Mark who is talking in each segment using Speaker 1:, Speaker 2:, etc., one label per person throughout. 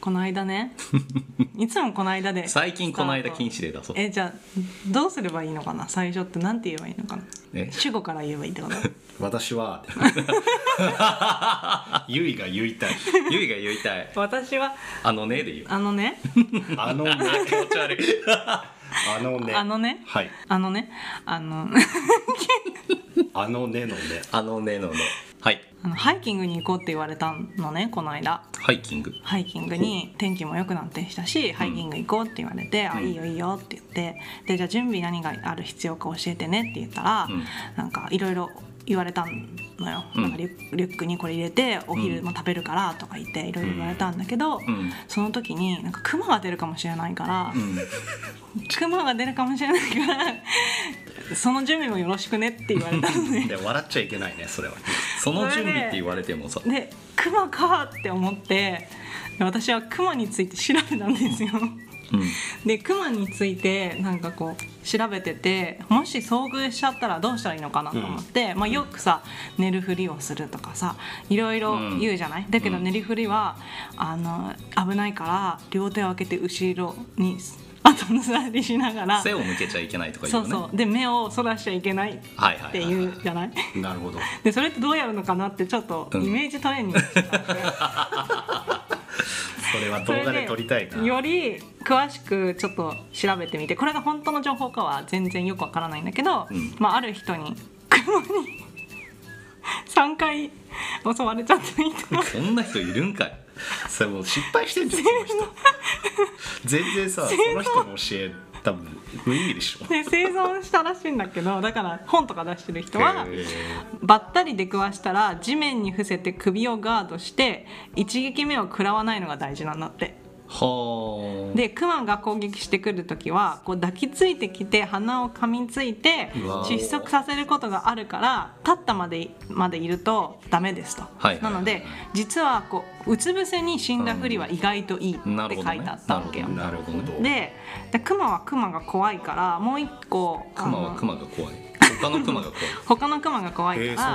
Speaker 1: この間 ねいつもこの間で
Speaker 2: 最近この間禁
Speaker 1: 止
Speaker 2: 止令出そう
Speaker 1: えじゃあどうすればいいのかな最初ってなんて言えばいいのかな
Speaker 2: え
Speaker 1: 主語から言えばいいってこと
Speaker 3: 私はゆいが言いたい
Speaker 2: ゆいが言いたい
Speaker 1: 私は
Speaker 2: あのねで言う
Speaker 1: あのね
Speaker 3: あのね
Speaker 2: 気持ち悪い
Speaker 3: あのね
Speaker 1: あのね
Speaker 3: はい
Speaker 1: あのねあの
Speaker 3: あのねのね
Speaker 2: あのねのねはい
Speaker 1: あのハイキングに行こうって言われたのねこの間
Speaker 2: ハイキング
Speaker 1: ハイキングに天気も良くなってきたし、ハイキング行こうって言われて「あいいよいいよ」って言ってでじゃあ準備何がある必要か教えてねって言ったら、
Speaker 2: うん
Speaker 1: なんかいろいろ言われたのよ、
Speaker 2: うん
Speaker 1: なんかリュリュックにこれ入れてお昼も食べるからとか言っていろいろ言われたんだけど、
Speaker 2: うん
Speaker 1: その時になんかクマが出るかもしれないから、
Speaker 2: うん
Speaker 1: クマが出るかもしれないからその準備もよろしくねって言われたのね
Speaker 3: で笑っちゃいけないねそれは
Speaker 2: その準備って言われてもさ
Speaker 1: でクマかって思ってで私はクマについて調べたんですよ。
Speaker 2: うん
Speaker 1: でクマについてなんかこう調べててもし遭遇しちゃったらどうしたらいいのかなと思って、まあ、よくさ寝るふりをするとかさいろいろ言うじゃない、だけど
Speaker 2: うん
Speaker 1: 寝るふりはあの危ないから両手を開けて後ろに後ずさりしながら。
Speaker 2: 背を向けちゃいけないとか言
Speaker 1: そうう
Speaker 2: ね
Speaker 1: そうで目をそらしちゃいけないっ
Speaker 2: はいはい
Speaker 1: て
Speaker 2: はい
Speaker 1: い
Speaker 2: は
Speaker 1: うじゃない
Speaker 3: なるほど
Speaker 1: でそれってどうやるのかなってちょっとイ
Speaker 2: うん
Speaker 1: メージトレーニングしてたんで
Speaker 3: それは
Speaker 1: それ
Speaker 3: 動画で撮りたいな
Speaker 1: より詳しくちょっと調べてみてこれが本当の情報かは全然よくわからないんだけど、
Speaker 2: うん
Speaker 1: まあ、ある人に熊に 3回襲われちゃっていた
Speaker 2: いそんな人いるんかい
Speaker 3: それもう失敗してんじゃんその人全 然さその人の教え多分無意味でしょ
Speaker 1: で生存したらしいんだけどだから本とか出してる人は
Speaker 3: へ
Speaker 1: ばったり出くわしたら地面に伏せて首をガードして一撃目を食らわないのが大事なんだって。
Speaker 2: はあ
Speaker 1: でクマが攻撃してくる時はこう抱きついてきて鼻を噛みついて
Speaker 3: うわ
Speaker 1: 窒息させることがあるから立ったまでまでいるとダメですと、
Speaker 2: はいはいはい
Speaker 1: なので実はこううつ伏せに死んだふりは意外といいって書
Speaker 2: なるほどね
Speaker 1: いてあったわけよ。
Speaker 3: なるほど
Speaker 1: ででクマはクマが怖いからもう一個
Speaker 2: クマ
Speaker 1: あ
Speaker 2: は
Speaker 1: の
Speaker 2: クマが怖い他のクマ が怖い
Speaker 1: 他のクマが怖いから、
Speaker 3: へえそう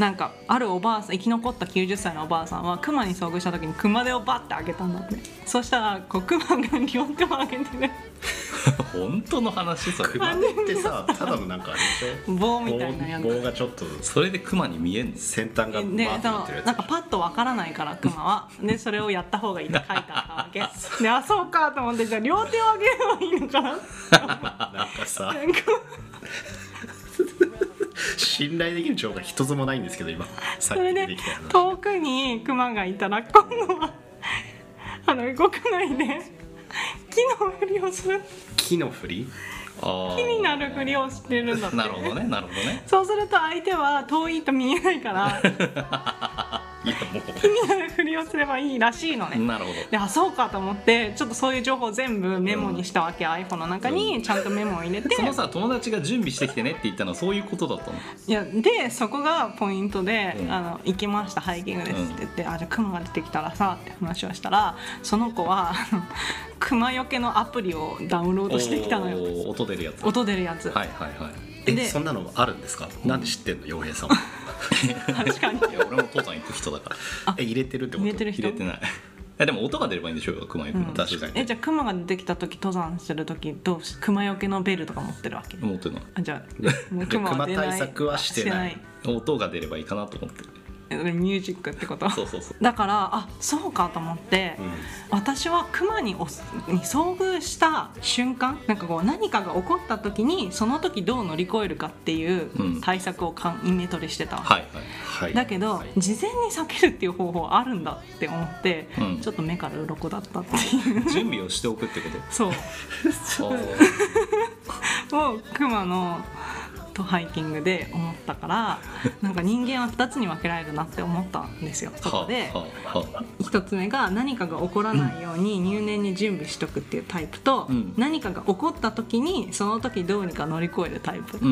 Speaker 1: な
Speaker 3: なん
Speaker 1: ん
Speaker 3: だ
Speaker 1: かあるおばあさん生き残った90歳のおばあさんはクマに遭遇した時に熊手をバッてあげたんだってそしたらこうクマが 両手を上げてる
Speaker 2: 本当の話それ
Speaker 3: 熊手ってさただのなんかあれでしょ
Speaker 1: 棒みたいなや
Speaker 3: 棒棒
Speaker 1: つ
Speaker 3: がちょっと
Speaker 2: それでクマに見えんの
Speaker 3: 先端がバー
Speaker 1: で
Speaker 3: ッと
Speaker 1: そ
Speaker 3: な
Speaker 1: の
Speaker 3: ってるやつ
Speaker 1: なんかパッとわからないからクマはでそれをやった方がいいって書いてあったわけであそうかと思ってじゃあ両手を上げればいいのかな
Speaker 3: なんかさ
Speaker 1: なん か
Speaker 3: 信頼できる情報が一つもないんですけど今さっ
Speaker 1: そ
Speaker 3: き
Speaker 1: れ
Speaker 3: 出
Speaker 1: で
Speaker 3: てきたよな
Speaker 1: 遠くにクマがいたら今度は あの動かないで木のふりをする
Speaker 3: 木の振り
Speaker 2: ああ
Speaker 1: 木になるふりをしてるんだって
Speaker 2: なるほどねなるほどね
Speaker 1: そうすると相手は遠いと見えないから木
Speaker 3: いやもう
Speaker 1: になるふりをすればいいらしいのね
Speaker 2: なるほど
Speaker 1: であそうかと思ってちょっとそういう情報を全部メモにしたわけ、iPhone の中にちゃんとメモを入れて
Speaker 2: そのさ友達が準備してきてねって言ったのはそういうことだったの
Speaker 1: いやでそこがポイントで、
Speaker 2: うん
Speaker 1: あの「行きましたハイキングです」って言って「あじゃあクマが出てきたらさ」って話をしたらその子は あのクマよけのアプリをダウンロードしてきたのよ
Speaker 2: おー音出るやつ
Speaker 1: 音出るやつ、
Speaker 2: はいはいはい
Speaker 3: え
Speaker 1: で
Speaker 3: そんなのあるんですかなんで知ってんの洋平さんは
Speaker 1: 確かに
Speaker 2: いや俺も父さん行く人だから
Speaker 3: え入れてるってこと
Speaker 1: 入れてる人
Speaker 2: 入れてないいやでも音が出ればいいんでしょうよ熊 行くの、
Speaker 1: うん
Speaker 3: 確かに
Speaker 1: えじゃあクマが出てきた時登山してる時どうしクマよけのベルとか持ってるわけ
Speaker 2: 持ってない
Speaker 1: あじゃあもうクマは出ない
Speaker 3: クマ対策はしてない
Speaker 2: 音が出ればいいかなと思って
Speaker 1: してないミュージックってこと
Speaker 2: そうそうそう
Speaker 1: だからあそうかと思って、
Speaker 3: うん
Speaker 1: 私はクマにおに遭遇した瞬間なんかこう何かが起こった時にその時どう乗り越えるかっていう
Speaker 2: うん
Speaker 1: 対策をかんイメトレしてたわけ、
Speaker 2: はいはい
Speaker 3: はい
Speaker 1: だけど、
Speaker 3: はい
Speaker 1: 事前に避けるっていう方法あるんだって思って、
Speaker 2: うん
Speaker 1: ちょっと目から鱗だったっていう
Speaker 2: 準備をしておくってこと
Speaker 1: そう
Speaker 2: あー
Speaker 1: をクマのとハイキングで思った からなんか人間は2つに分けられるなって思ったんですよそこで
Speaker 2: はあはあ
Speaker 1: 1つ目が何かが起こらないように入念に準備しとくっていうタイプと、
Speaker 2: うん
Speaker 1: 何かが起こった時にその時どうにか乗り越えるタイプ、
Speaker 2: うー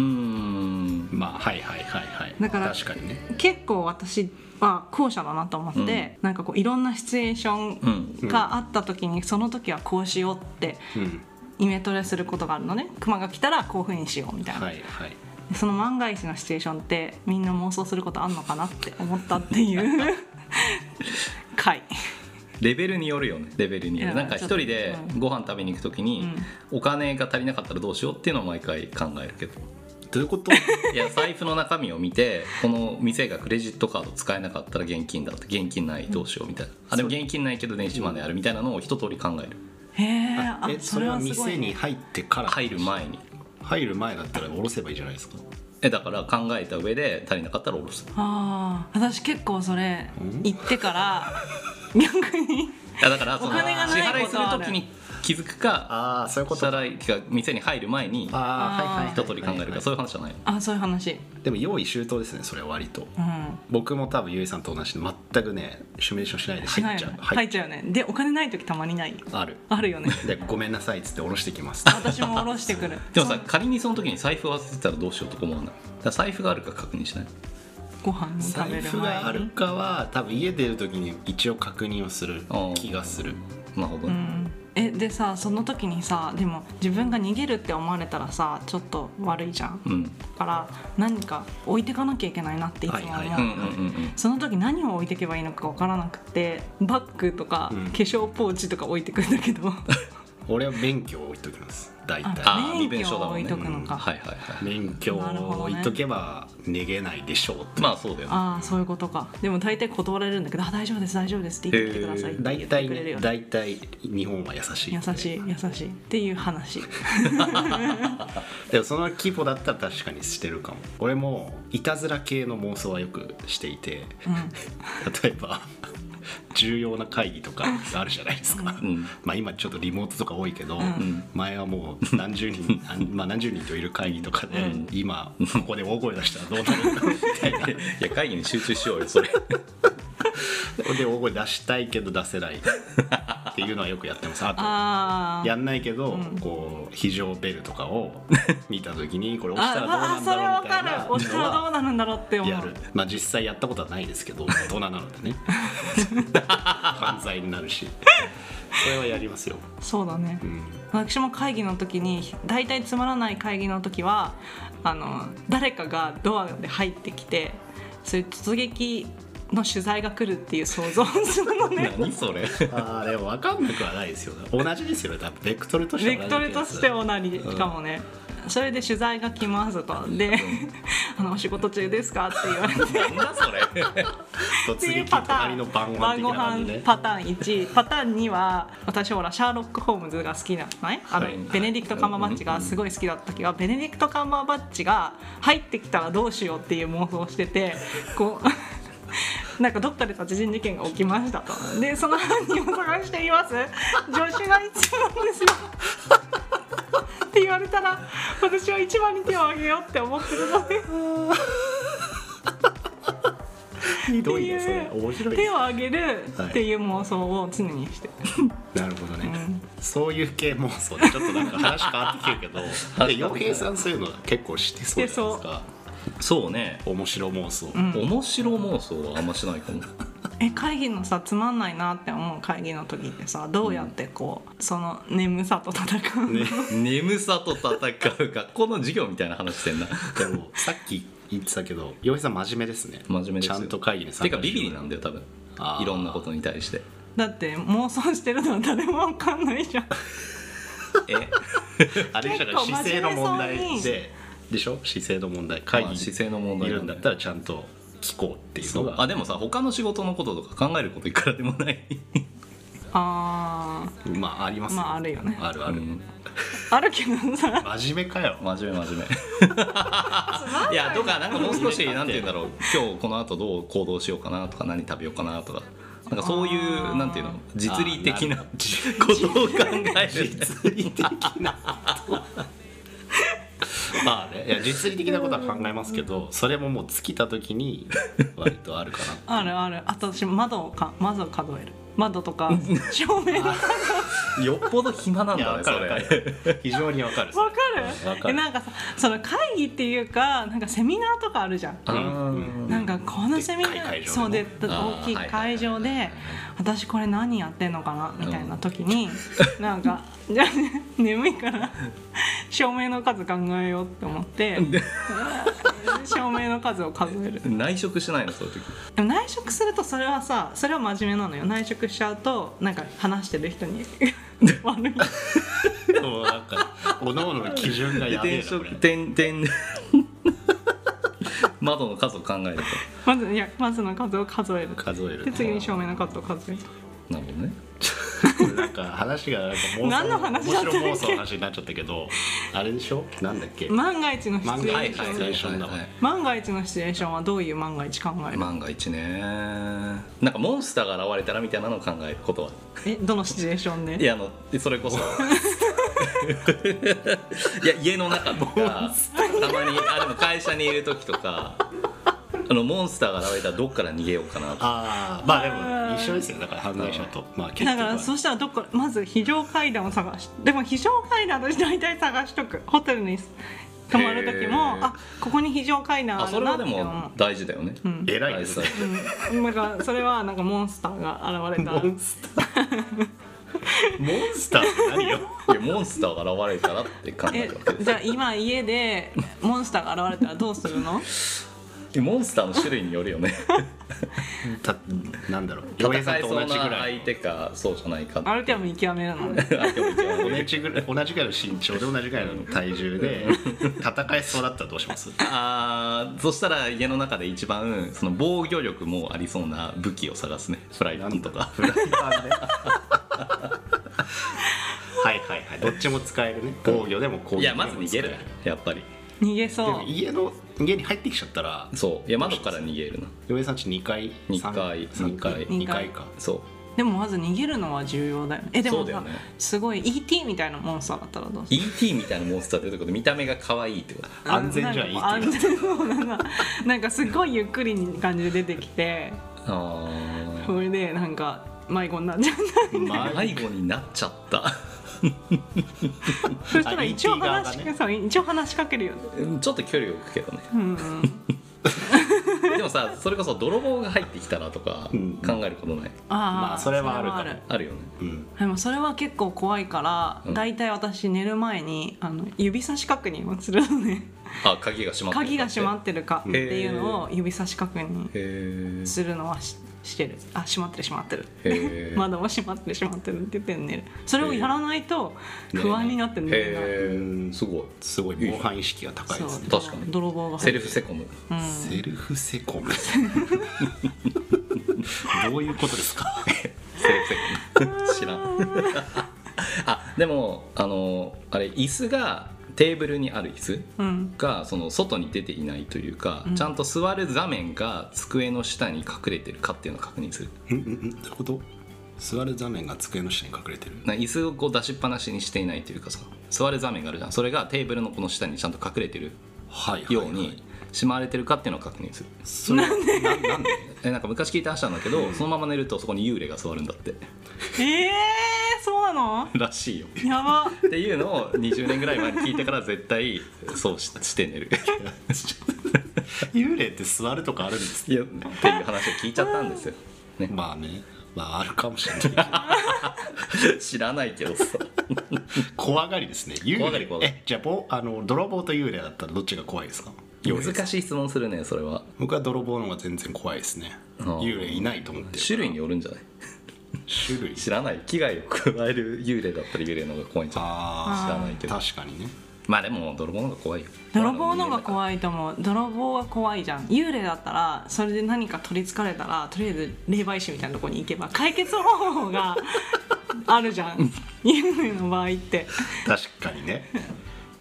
Speaker 2: ん
Speaker 3: まあはいはいはいはい
Speaker 1: だから
Speaker 3: 確かにね
Speaker 1: 結構私は後者だなと思って、なんかこういろんなシチュエーシ
Speaker 2: う
Speaker 1: ョ
Speaker 2: ん
Speaker 1: ンがあった時に、その時はこうしようって
Speaker 3: うん
Speaker 1: イメトレすることがあるのね熊が来たらこういうふうにしようみたいな、
Speaker 3: はいはい
Speaker 1: でその万が一のシチュエーションってみんな妄想することあんのかなって思ったっていう回
Speaker 2: レベルによるよねレベルによ
Speaker 1: いや
Speaker 2: るなんか一人で
Speaker 1: ちょっと
Speaker 2: ご飯食べに行くときに、お金が足りなかったらどうしようっていうのを毎回考える けど
Speaker 3: どういうこと
Speaker 2: いや財布の中身を見てこの店がクレジットカード使えなかったら現金だって現金ないどうしようみたいなあでも現金ないけど電子マネーあるみたいなのを一通り考える
Speaker 1: へえあ
Speaker 3: え
Speaker 1: そ
Speaker 3: そ
Speaker 1: れ
Speaker 3: れは
Speaker 1: はすごい、
Speaker 3: 店に
Speaker 1: ね、
Speaker 3: 入ってから
Speaker 2: 入る前に
Speaker 3: 入る前だったら下ろせばいいじゃないですか
Speaker 2: えだから考えた上で足りなかったら下ろす
Speaker 1: ああ私結構それ
Speaker 3: ん
Speaker 1: 行ってから逆に
Speaker 2: いやだからその
Speaker 1: お
Speaker 2: 支
Speaker 1: 金がな
Speaker 2: 払
Speaker 1: い
Speaker 2: い
Speaker 1: こ
Speaker 2: す
Speaker 1: と
Speaker 2: る
Speaker 1: はある
Speaker 2: 時に気づくか
Speaker 3: ああそういう
Speaker 2: 支払いが店に入る前に
Speaker 3: ああはいはい
Speaker 1: ー
Speaker 2: 一通り考えるかそういう話じゃない
Speaker 1: あそういう話
Speaker 3: でも用意周到ですねそれは割と
Speaker 1: うん
Speaker 3: 僕も多分ゆいさんと同じで全くねシミュレーションしないで入っちゃう
Speaker 1: 入入っちゃうよねでお金ない時たまにない
Speaker 3: ある
Speaker 1: あるよね
Speaker 3: でごめんなさいっつって下ろしてきます
Speaker 1: 私も下ろして くる
Speaker 2: でもさ仮にその時に財布忘れてたらどうしようとか思わないだから財布があるか確認しない
Speaker 1: ご飯に食べる前
Speaker 3: 財
Speaker 1: に
Speaker 3: 布があるかは多分家出る時に一応確認をする気がする
Speaker 2: なるほど
Speaker 1: う
Speaker 2: ね、
Speaker 1: んえでさその時にさでも自分が逃げるって思われたらさちょっと悪いじゃん
Speaker 2: う
Speaker 1: だ
Speaker 2: ん、うん
Speaker 1: から何か置いてかなきゃいけないなっていつも思う、
Speaker 3: はいはい
Speaker 2: うん
Speaker 3: は
Speaker 2: うんうん
Speaker 1: その時何を置いてけばいいのか分からなくてバッグとか
Speaker 3: うん
Speaker 1: 化粧ポーチとか置いてくんだけど、
Speaker 3: 俺は免許を置いときます大体
Speaker 2: あ
Speaker 1: あ
Speaker 2: 身
Speaker 1: 免
Speaker 2: 分
Speaker 1: 許
Speaker 2: 証だ
Speaker 1: を
Speaker 2: も
Speaker 1: 置
Speaker 2: んね
Speaker 1: いとくのか、
Speaker 2: はいはいはい
Speaker 3: 免許を
Speaker 1: なるほどね
Speaker 3: 置いとけば逃げないでしょうって
Speaker 2: まあそうだよね
Speaker 1: ああそういうことかでも大体断られるんだけど「あ大丈夫です大丈夫です」って言ってきてくださいって
Speaker 3: 大
Speaker 1: 言って
Speaker 3: 体
Speaker 1: くれる
Speaker 3: ね
Speaker 1: よね
Speaker 3: 大体日本は優しい
Speaker 1: 優しい優しいっていう 話
Speaker 3: でもその規模だったら確かにしてるかも俺もいたずら系の妄想はよくしていて例えば重要な会議とかあるじゃないですか、
Speaker 2: ん
Speaker 3: まあ今ちょっとリモートとか多いけど、
Speaker 1: ん
Speaker 3: 前はもう何十 人あまあ何十人といる会議とかで、今ここで大声出したらどうなるんだろうみたいな
Speaker 2: いや会議に集中しようよそれ
Speaker 3: で大声出したいけど出せないっていうのはよく やってますあと
Speaker 1: ああ
Speaker 3: やんないけど、こう非常ベルとかを 見た時にこれ押したらどう
Speaker 1: ああ
Speaker 3: なん
Speaker 1: それ
Speaker 3: だろう
Speaker 1: 分
Speaker 3: みた
Speaker 1: か
Speaker 3: いな
Speaker 1: るおしたらどうなるんだろうって思
Speaker 3: や
Speaker 1: う
Speaker 3: るまあ実際やったことはないです けど大人なのでね犯罪になるしそれはや りますよ、
Speaker 1: そうだね、
Speaker 3: うん、
Speaker 1: 私も会議の時に大体つまらない会議の時はあの誰かがドアで入ってきてそういう突撃の取材が来るっていう想像をするのね
Speaker 2: 何それ
Speaker 3: あーでも分かんなくはないですよね同じですよね多分ベクトルとして
Speaker 1: ベ
Speaker 3: は
Speaker 1: ク
Speaker 3: 同
Speaker 1: ト
Speaker 3: じ
Speaker 1: ル
Speaker 3: ってや
Speaker 1: と
Speaker 3: つ
Speaker 1: して同じかもね、それで取材が来ますとで「 あのお仕事中ですか?」って言われて。
Speaker 2: なんだそれ
Speaker 1: って
Speaker 3: 突
Speaker 1: いう
Speaker 3: 撃
Speaker 1: パター
Speaker 3: 隣
Speaker 1: ン
Speaker 3: の晩ご飯的な感じ
Speaker 1: 晩
Speaker 3: ね
Speaker 1: ご飯パターン1パターン2は私ほらシャーロック・ホームズが好きなのねあの、
Speaker 2: はい
Speaker 1: ベネディクト・カンバーバッチがすごい好きだった時はベネディクト・カンバーバッチが入ってきたらどうしようっていう妄想をしててこう なんかどっかで殺人事件が起きましたとでその犯人を探しています助手が必要なんですよ って言われたら私は一番に手を挙げようって思ってるので
Speaker 3: ひ
Speaker 1: って
Speaker 3: どい
Speaker 1: い
Speaker 3: ねそれ
Speaker 1: う
Speaker 3: 面白い
Speaker 1: 手
Speaker 3: ね
Speaker 1: を挙げるっていう妄想を常にしてる
Speaker 3: なるほどね、そういう系妄想でちょっとなんか話変わってきてる けどで洋平さんそういうの結構してそうじゃないですか
Speaker 2: そうね
Speaker 3: 面白妄想、
Speaker 2: 面白妄想はあんましないかも
Speaker 1: え会議のさつまんないなって思う会議の時ってさどうやってこう、その眠さと戦う、
Speaker 3: ね
Speaker 2: 眠さと戦う学校の授業みたいな話してんな
Speaker 3: でもさっき言ってたけど洋平さん真面目ですね
Speaker 2: 真面目です
Speaker 3: ち
Speaker 2: よ
Speaker 3: ゃんと会議に
Speaker 2: て
Speaker 3: 参加
Speaker 2: かビビリ
Speaker 3: な
Speaker 2: なんだよ多分
Speaker 3: あー
Speaker 2: いろんなことに対して
Speaker 1: だって妄想してるのは誰もわかんないじ ゃん
Speaker 2: え
Speaker 3: あれでしょ
Speaker 1: 結構
Speaker 3: 姿勢の問題
Speaker 1: 真面目そう
Speaker 3: ででしょ姿勢の問題会
Speaker 2: ま
Speaker 3: 議
Speaker 2: あ姿勢の問題
Speaker 3: い
Speaker 2: だね
Speaker 3: るんだったらちゃんと聞こうっていうのが
Speaker 2: あでもさ他の仕事のこととか考えることいくらでもない
Speaker 1: あー
Speaker 3: まああります
Speaker 1: まああるよね
Speaker 3: あるある、
Speaker 2: うん
Speaker 1: あるけどさ
Speaker 3: 真面目かよ
Speaker 2: 真面目真面目いやとかなんかもう少しなんて言うんだろう今日この後どう行動しようかなとか何食べようかなとかなんかそういうなんていうの実利的な
Speaker 3: あ
Speaker 2: こ
Speaker 3: ー
Speaker 2: とを考える
Speaker 3: 実利的なまあねいや実利的なことは考えますけどそれももう尽きた時に割とあるかな
Speaker 1: あるあるあと私窓をか窓を数える窓とか照明 わか
Speaker 2: よっぽど暇なん
Speaker 3: いや
Speaker 2: だ
Speaker 3: わ
Speaker 2: ねそ
Speaker 3: かるわか
Speaker 2: れ
Speaker 3: る非常にわかるわ
Speaker 1: る
Speaker 3: か
Speaker 1: え
Speaker 3: る
Speaker 1: なんかさその会議っていうかなんかセミナーとかあるじゃん
Speaker 2: あ
Speaker 3: うん
Speaker 2: ー
Speaker 1: なんかこのセミナ
Speaker 3: でっかい会場で
Speaker 1: ー
Speaker 3: も
Speaker 1: そうで
Speaker 2: あー
Speaker 1: 大きい会場
Speaker 2: はいはいはい
Speaker 1: で
Speaker 2: はい
Speaker 1: 私これ何やってんのかなみたいな時 になんか じゃあ眠いから照明の数考えようって思って 照明の数を数える
Speaker 2: 内職しないのそういう時
Speaker 1: でも内職するとそれはさそれは真面目なのよ内職しちゃうとなんか話してる人 に悪い
Speaker 3: もうなんかおのおのの基準がやべえ
Speaker 2: 転
Speaker 3: なこ
Speaker 2: 職
Speaker 3: れ
Speaker 2: 転転 窓の数を考えると
Speaker 1: まずいやまずの数を数える
Speaker 3: 数える
Speaker 1: で次に照明の数を数える
Speaker 2: なるほどね
Speaker 3: なんか話がなんか妄想
Speaker 1: 何の話だったっけ
Speaker 3: 面白妄想の話になっちゃったけどあれでしょなんだっけ、
Speaker 1: 万が一のシチュエ
Speaker 3: 万が
Speaker 1: ー
Speaker 3: 一
Speaker 1: ション
Speaker 3: はいはい
Speaker 1: 万が一のシチュエーションはどういう万が一考える
Speaker 2: 万が一ねなんかモンスターが現れたらみたいなのを考えることは
Speaker 1: えどのシチュエーション
Speaker 2: い
Speaker 1: で
Speaker 2: やあのそれこそいや家の中とかたまにあでも会社にいる時とかあのモンスターが現れたらどっから逃げようかなとか
Speaker 3: ああまあでも一緒ですよだから犯罪者とまあ結
Speaker 1: だ
Speaker 3: 局
Speaker 1: か
Speaker 3: は
Speaker 1: らそしたらどっかまず非常階段を探しでも非常階段私大体探しとくホテルに泊まる時も
Speaker 2: へー
Speaker 1: あここに非常階段
Speaker 2: あ
Speaker 1: あ
Speaker 2: そ
Speaker 1: る
Speaker 2: れ
Speaker 1: なっ
Speaker 2: は
Speaker 1: て
Speaker 2: で
Speaker 1: 思
Speaker 2: も
Speaker 1: う
Speaker 2: 大事だよね、
Speaker 1: うん
Speaker 3: 偉いですね
Speaker 1: うん、だからそれはなんかモンスターが現れた
Speaker 3: モンスターモンスターって何よ
Speaker 2: いやモンスターが現れたらって考え
Speaker 1: え
Speaker 2: るわけです
Speaker 1: じゃあ今家でモンスターが現れたらどうするの
Speaker 2: よモンスターの種類によるよ ね
Speaker 3: たなんだろう洋
Speaker 2: 戦
Speaker 3: 平
Speaker 2: い
Speaker 3: さんと
Speaker 2: そう
Speaker 3: 同
Speaker 2: な
Speaker 3: じぐら
Speaker 2: 相
Speaker 3: い
Speaker 2: 手かそうじゃないか
Speaker 1: ある程度見極めるのね
Speaker 2: 相手も一応
Speaker 3: 同じぐらい同じぐらいの身長で同じぐらいの体重で戦えそうだったらどうします
Speaker 2: あーそしたら家の中で一番その防御力もありそうな武器を探すねフライパンと か
Speaker 3: フライパンではいはいはいどっちも使えるね防御でも攻撃で
Speaker 2: い
Speaker 3: も使える
Speaker 2: やまず逃げるやっぱり
Speaker 1: 逃げ
Speaker 3: で
Speaker 1: そ
Speaker 3: も
Speaker 1: う
Speaker 3: 家の家に入ってきちゃったら
Speaker 2: そういや窓から逃げるな
Speaker 3: 嫁さんち2階
Speaker 2: 二階
Speaker 3: 3
Speaker 1: 二階
Speaker 3: 階2階か
Speaker 2: そう
Speaker 1: でもまず逃げるのは重要だよねえで
Speaker 2: そ
Speaker 1: も
Speaker 2: うだ
Speaker 1: さ、
Speaker 2: よね
Speaker 1: すごい ET みたいなモンスターだったらどうする
Speaker 2: ET みたいなモンスター出てくると見た目が可愛いってこと
Speaker 3: 安全じゃん
Speaker 1: あなんか
Speaker 3: ET
Speaker 1: 安全そうなんかなんかすごいゆっくりに感じで出てきて
Speaker 2: あー
Speaker 1: それでなんか迷子になっちゃ う
Speaker 2: 迷子になっちゃった
Speaker 1: そしたら一応
Speaker 3: ET 側が
Speaker 1: 話し,、
Speaker 3: ね
Speaker 1: そう一応話しかけるよね、
Speaker 2: うんちょっと距離を置くけどね
Speaker 1: うんうん、
Speaker 2: でもさそれこそ泥棒が入ってきたらとか
Speaker 3: うん
Speaker 2: 考えることない
Speaker 1: あー、
Speaker 3: まあそれはあるかも
Speaker 1: それ
Speaker 2: あるよね
Speaker 3: うん
Speaker 1: でもそれは結構怖いから、
Speaker 2: うん
Speaker 1: だいたい私寝る前にあの指差し確認をするの ね
Speaker 2: あ鍵が閉まって
Speaker 1: 鍵が閉ま
Speaker 2: っ
Speaker 1: ってるかっていうのを指差し確認
Speaker 2: てへ
Speaker 1: するのはししてるあ閉まってる閉まってる
Speaker 2: え
Speaker 1: 窓も閉まってる閉まってるって言って寝るそれをやらないと不安になって寝れない、
Speaker 2: へーすごい
Speaker 3: すごい防犯意識が高い
Speaker 1: そ
Speaker 3: ですね
Speaker 1: う
Speaker 2: 確かに
Speaker 1: 泥棒が
Speaker 2: セ
Speaker 1: 入
Speaker 2: ル
Speaker 1: る
Speaker 2: フセコム
Speaker 1: うん、
Speaker 3: セルフセコ ムどういうことですか
Speaker 2: セルフセコム 知らん あでもあのあれ椅子がテーブルにある椅子
Speaker 1: うん、
Speaker 2: がその外に出ていないというか、
Speaker 1: うん
Speaker 2: ちゃんと座る座面が机の下に隠れてるかっていうのを確認する
Speaker 3: うんうんうんどういうこと座る座面が机の下に隠れてる
Speaker 2: な椅子をこう出しっぱなしにしていないというかさ座る座面があるじゃんそれがテーブルのこの下にちゃんと隠れてる
Speaker 3: はいはい
Speaker 2: よ
Speaker 3: は
Speaker 2: う
Speaker 3: い
Speaker 2: にしまわれてるかっていうのを確認する
Speaker 3: それななんで
Speaker 2: えなんか昔聞いた話なんだけどそのまま寝るとそこに幽霊が座るんだって
Speaker 1: ええー、そうなの
Speaker 2: らしいよ
Speaker 1: やば
Speaker 2: っていうのを20年ぐらい前に聞いてから絶対そうしして寝る
Speaker 3: 幽霊って座るとかあるんです
Speaker 2: いやっていう話を聞いちゃったんですよ、ね、
Speaker 3: まあねまああるかもしれないけ ど
Speaker 2: 知らないけどさ
Speaker 3: 怖がりですね幽霊
Speaker 2: 怖がり怖がり
Speaker 3: えじゃあぼあの泥棒と幽霊だったらどっちが怖いですか幽霊
Speaker 2: 難しい質問するねそれは
Speaker 3: 僕は泥棒の方が全然怖いですね
Speaker 2: あー
Speaker 3: 幽霊いないと思ってる
Speaker 2: 種類によるんじゃない
Speaker 3: 種類
Speaker 2: 知らない危害を加える幽霊だったら幽霊の方が怖いんじゃない
Speaker 3: あ
Speaker 2: 知らない
Speaker 3: あ
Speaker 2: けど
Speaker 3: 確かにね
Speaker 2: まあでも泥棒の方が怖いよ
Speaker 1: 泥棒の方が怖いと思う泥棒は怖いじゃん幽霊だったらそれで何か取りつかれたらとりあえず霊媒師みたいなとこに行けば解決方法 があるじゃん幽霊の場合って
Speaker 3: 確かにね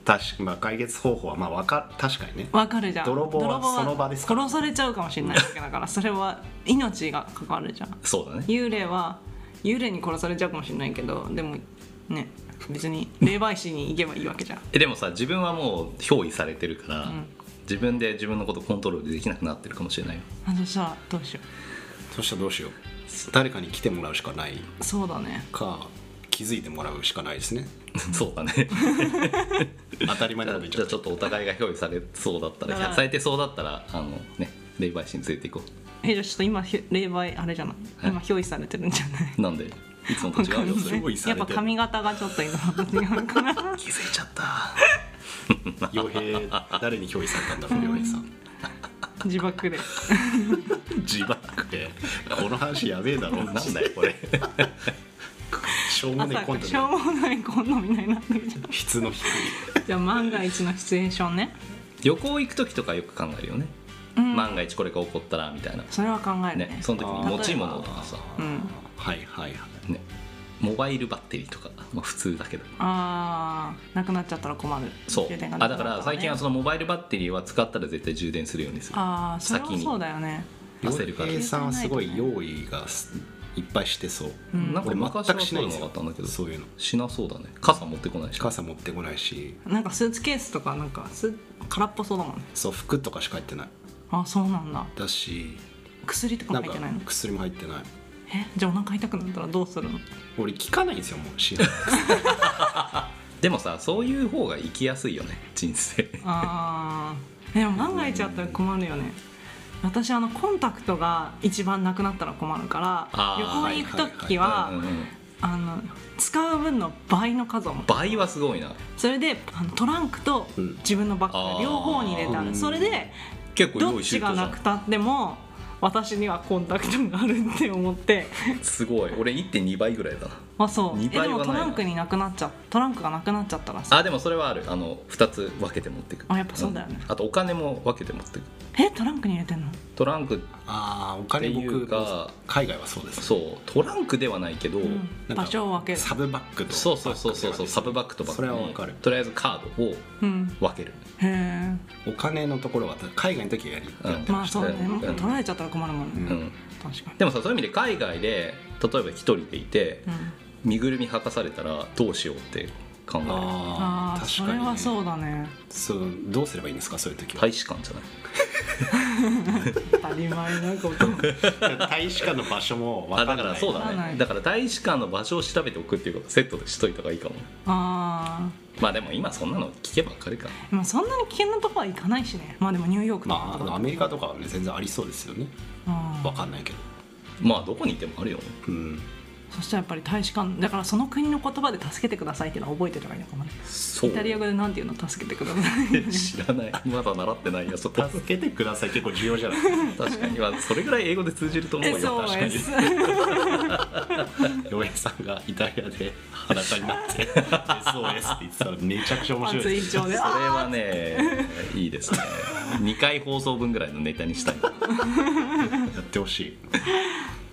Speaker 3: 確かまあ解決方法はまあわか確かにね
Speaker 1: わかるじゃん
Speaker 3: 泥棒はその場ですか
Speaker 1: 泥棒は殺されちゃうかもしれないわけだからそれは命が関わるじゃん
Speaker 2: そうだね
Speaker 1: 幽霊は幽霊に殺されちゃうかもしれないけどでもね別に霊媒師に行けばいいわけじゃん
Speaker 2: えでもさ自分はもう憑依されてるから、
Speaker 1: うん
Speaker 2: 自分で自分のことコントロールできなくなってるかも しれないよ
Speaker 1: あのさどうしよ
Speaker 3: そしたらどうしよう誰かに来てもらうしかないう
Speaker 1: そうだね
Speaker 3: か気づいてもらうしかないですね
Speaker 2: そうだね
Speaker 3: 当たり前
Speaker 2: じゃ
Speaker 3: のこと
Speaker 2: あ
Speaker 3: 言っ
Speaker 2: じ
Speaker 3: ち
Speaker 2: ゃ
Speaker 3: ゃ
Speaker 2: あ
Speaker 3: っ
Speaker 2: ちょっとお互いが憑依されそうだった
Speaker 1: だから
Speaker 2: らされてそうだったらあのね霊媒師に連れて行こ
Speaker 1: えじゃあちょっと今ひ霊媒あれじゃない
Speaker 2: はい
Speaker 1: 今憑依されてるんじゃない
Speaker 2: なんでいつもと違うよそれ
Speaker 1: わかんない
Speaker 3: 憑依されてる
Speaker 1: やっぱ髪型がちょっと今違うかな
Speaker 2: 気づいちゃった
Speaker 3: た傭兵誰に憑依されたんだろう傭兵さん
Speaker 1: 自爆で
Speaker 3: 自爆でこの話やべえだろ
Speaker 2: なんだよ これ
Speaker 3: しょうもねえコン
Speaker 1: 朝
Speaker 3: ト
Speaker 1: しょうもないコントみたいになってるじゃん
Speaker 3: 質の低い
Speaker 1: じゃあ万が一のシチュエーションね
Speaker 2: 旅行行く時とかよく考えるよね、
Speaker 1: うん
Speaker 2: 万が一これが起こったらみたいな
Speaker 1: それは考えるね
Speaker 2: ねその時に持ち物とかさ、
Speaker 1: うん
Speaker 3: はいはいはい
Speaker 2: ね、モバイルバッテリーとか、まあ、普通だけど
Speaker 1: ああなくなっちゃったら困る
Speaker 2: そう
Speaker 1: 充電が
Speaker 2: あ
Speaker 1: なくな
Speaker 2: だ
Speaker 1: った
Speaker 2: から最近はそのモバイルバッテリーは使ったら絶対充電するようにする
Speaker 1: ああそれは
Speaker 2: 先に
Speaker 1: そうだよね
Speaker 2: 焦る
Speaker 3: 傭
Speaker 2: から
Speaker 3: 兵さんはすごい用意がすいっぱいしてそう
Speaker 1: うん
Speaker 2: なんか
Speaker 3: 俺
Speaker 2: 昔は
Speaker 3: 全くし
Speaker 2: そ
Speaker 3: な
Speaker 2: う
Speaker 3: い
Speaker 2: じゃな
Speaker 3: んです
Speaker 2: か
Speaker 3: よ
Speaker 2: ったんだけど
Speaker 3: そういうの
Speaker 2: しなそうだね傘持ってこないし
Speaker 3: 傘持ってこないし
Speaker 1: なんかスーツケースとかなんかす空っぽそうだもんね
Speaker 3: そう服とかしか入ってない
Speaker 1: あそうなんだ
Speaker 3: だし
Speaker 1: 薬とかも
Speaker 3: なん
Speaker 1: 入っ
Speaker 3: か
Speaker 1: てないの
Speaker 3: 薬も入ってない
Speaker 1: えじゃあお腹痛くなったらどうするの
Speaker 3: 俺聞かないんですよもう知らない
Speaker 2: でもさそういう方が生きやすいよね人生
Speaker 1: あーでも万が一あったら困るよね私あのコンタクトが一番なくなったら困るから
Speaker 2: あー
Speaker 1: 旅行に行く時
Speaker 2: う
Speaker 1: は
Speaker 2: んうん
Speaker 1: あの使う分の倍の数を持って
Speaker 2: 倍はすごいな
Speaker 1: それであのトランクと
Speaker 3: うん
Speaker 1: 自分のバッ
Speaker 2: あ
Speaker 1: グ
Speaker 2: ー
Speaker 1: 両方に入れてあ
Speaker 3: う
Speaker 1: る
Speaker 3: ん
Speaker 1: それで
Speaker 2: 結構
Speaker 1: ど
Speaker 2: 用
Speaker 1: っ
Speaker 2: 意周
Speaker 1: ち
Speaker 2: 到
Speaker 1: が
Speaker 2: じゃ
Speaker 1: なくたっても私にはコンタクトがあるって思って
Speaker 2: んすごい俺1.2倍ぐらいだな
Speaker 1: あそうえ
Speaker 2: 二
Speaker 1: で
Speaker 2: 倍
Speaker 1: も
Speaker 2: はない
Speaker 1: ト
Speaker 2: な
Speaker 1: ランクになくなっちゃトランクがなくなっちゃったらさ
Speaker 2: あでもそれはあるあの2つ分けて持ってく
Speaker 1: あやっぱそうだよね
Speaker 2: んあとお金も分けて持ってく
Speaker 1: えトランクに入れてんの
Speaker 2: トランク
Speaker 3: ああお金
Speaker 2: っていう
Speaker 3: 僕
Speaker 2: か
Speaker 3: 海外はそうです
Speaker 2: そうトランクではないけど、
Speaker 1: うん
Speaker 3: なんか
Speaker 1: 場所を分ける
Speaker 3: サブバッグと
Speaker 2: そうそうそうそうそうサブバッグとバッ
Speaker 3: それは
Speaker 2: グ
Speaker 3: わ
Speaker 2: に
Speaker 3: かる
Speaker 2: とりあえずカードを
Speaker 1: うん
Speaker 2: 分ける
Speaker 1: へえ
Speaker 3: お金のところは海外の時はやり
Speaker 2: うん
Speaker 3: やって
Speaker 1: ま
Speaker 3: ま
Speaker 1: あ
Speaker 3: し
Speaker 1: そうだね
Speaker 2: うん
Speaker 1: 取られちゃったら困るもんね
Speaker 2: う、
Speaker 3: うんん
Speaker 1: 確かに
Speaker 2: でもさそういう意味で海外で例えば一人でいて、
Speaker 1: うん
Speaker 2: 身ぐるみ履かされたらどうしようって考える
Speaker 3: あ
Speaker 1: あ
Speaker 3: あ
Speaker 1: あ
Speaker 3: 確
Speaker 1: そ
Speaker 3: か
Speaker 1: れ
Speaker 3: に、ね、
Speaker 1: はそうだね
Speaker 3: そうどうすればいいんですかそういう時は、
Speaker 2: 大使館じゃない
Speaker 1: 当たり前なこと
Speaker 3: 大使館の場所も
Speaker 2: あ
Speaker 3: 分か
Speaker 2: だ
Speaker 3: ん
Speaker 2: か
Speaker 3: ない
Speaker 2: らそう
Speaker 1: わ
Speaker 2: だ
Speaker 1: かんな
Speaker 2: ね
Speaker 1: い
Speaker 2: だから大使館の場所を調べておくっていうことをセットでしといた方がいいかも
Speaker 1: ああ
Speaker 2: まあでも今そんなの聞けばわかるか
Speaker 1: まあそんなに危険なとこは行かないしねまあでもニューヨークとか
Speaker 3: まあアメリカとかはね全然ありそうですよね
Speaker 1: あ
Speaker 3: 分かんないけど
Speaker 2: まあどこにいてもあるよね
Speaker 3: うん
Speaker 1: そしたらやっぱり大使館だからその国の言葉で助けてくださいっていうのは覚えてたらいいのかもね
Speaker 2: そう
Speaker 1: イタリア語でなんていうの助けてくださ い
Speaker 2: 知らないまだ習ってないやそこ
Speaker 3: 助けてください結構重要じゃない
Speaker 2: 確かにまあそれぐらい英語で通じると思うよ確かに
Speaker 1: SOS
Speaker 3: 洋平さんがイタリアで裸になって SOS って言ってたらめちゃくちゃ面白い
Speaker 1: 熱
Speaker 3: で
Speaker 1: い
Speaker 3: す
Speaker 1: 一丁で
Speaker 2: そ
Speaker 1: あ
Speaker 2: れはねいいですね2回放送分ぐらいのネタにしたい
Speaker 3: やってほしい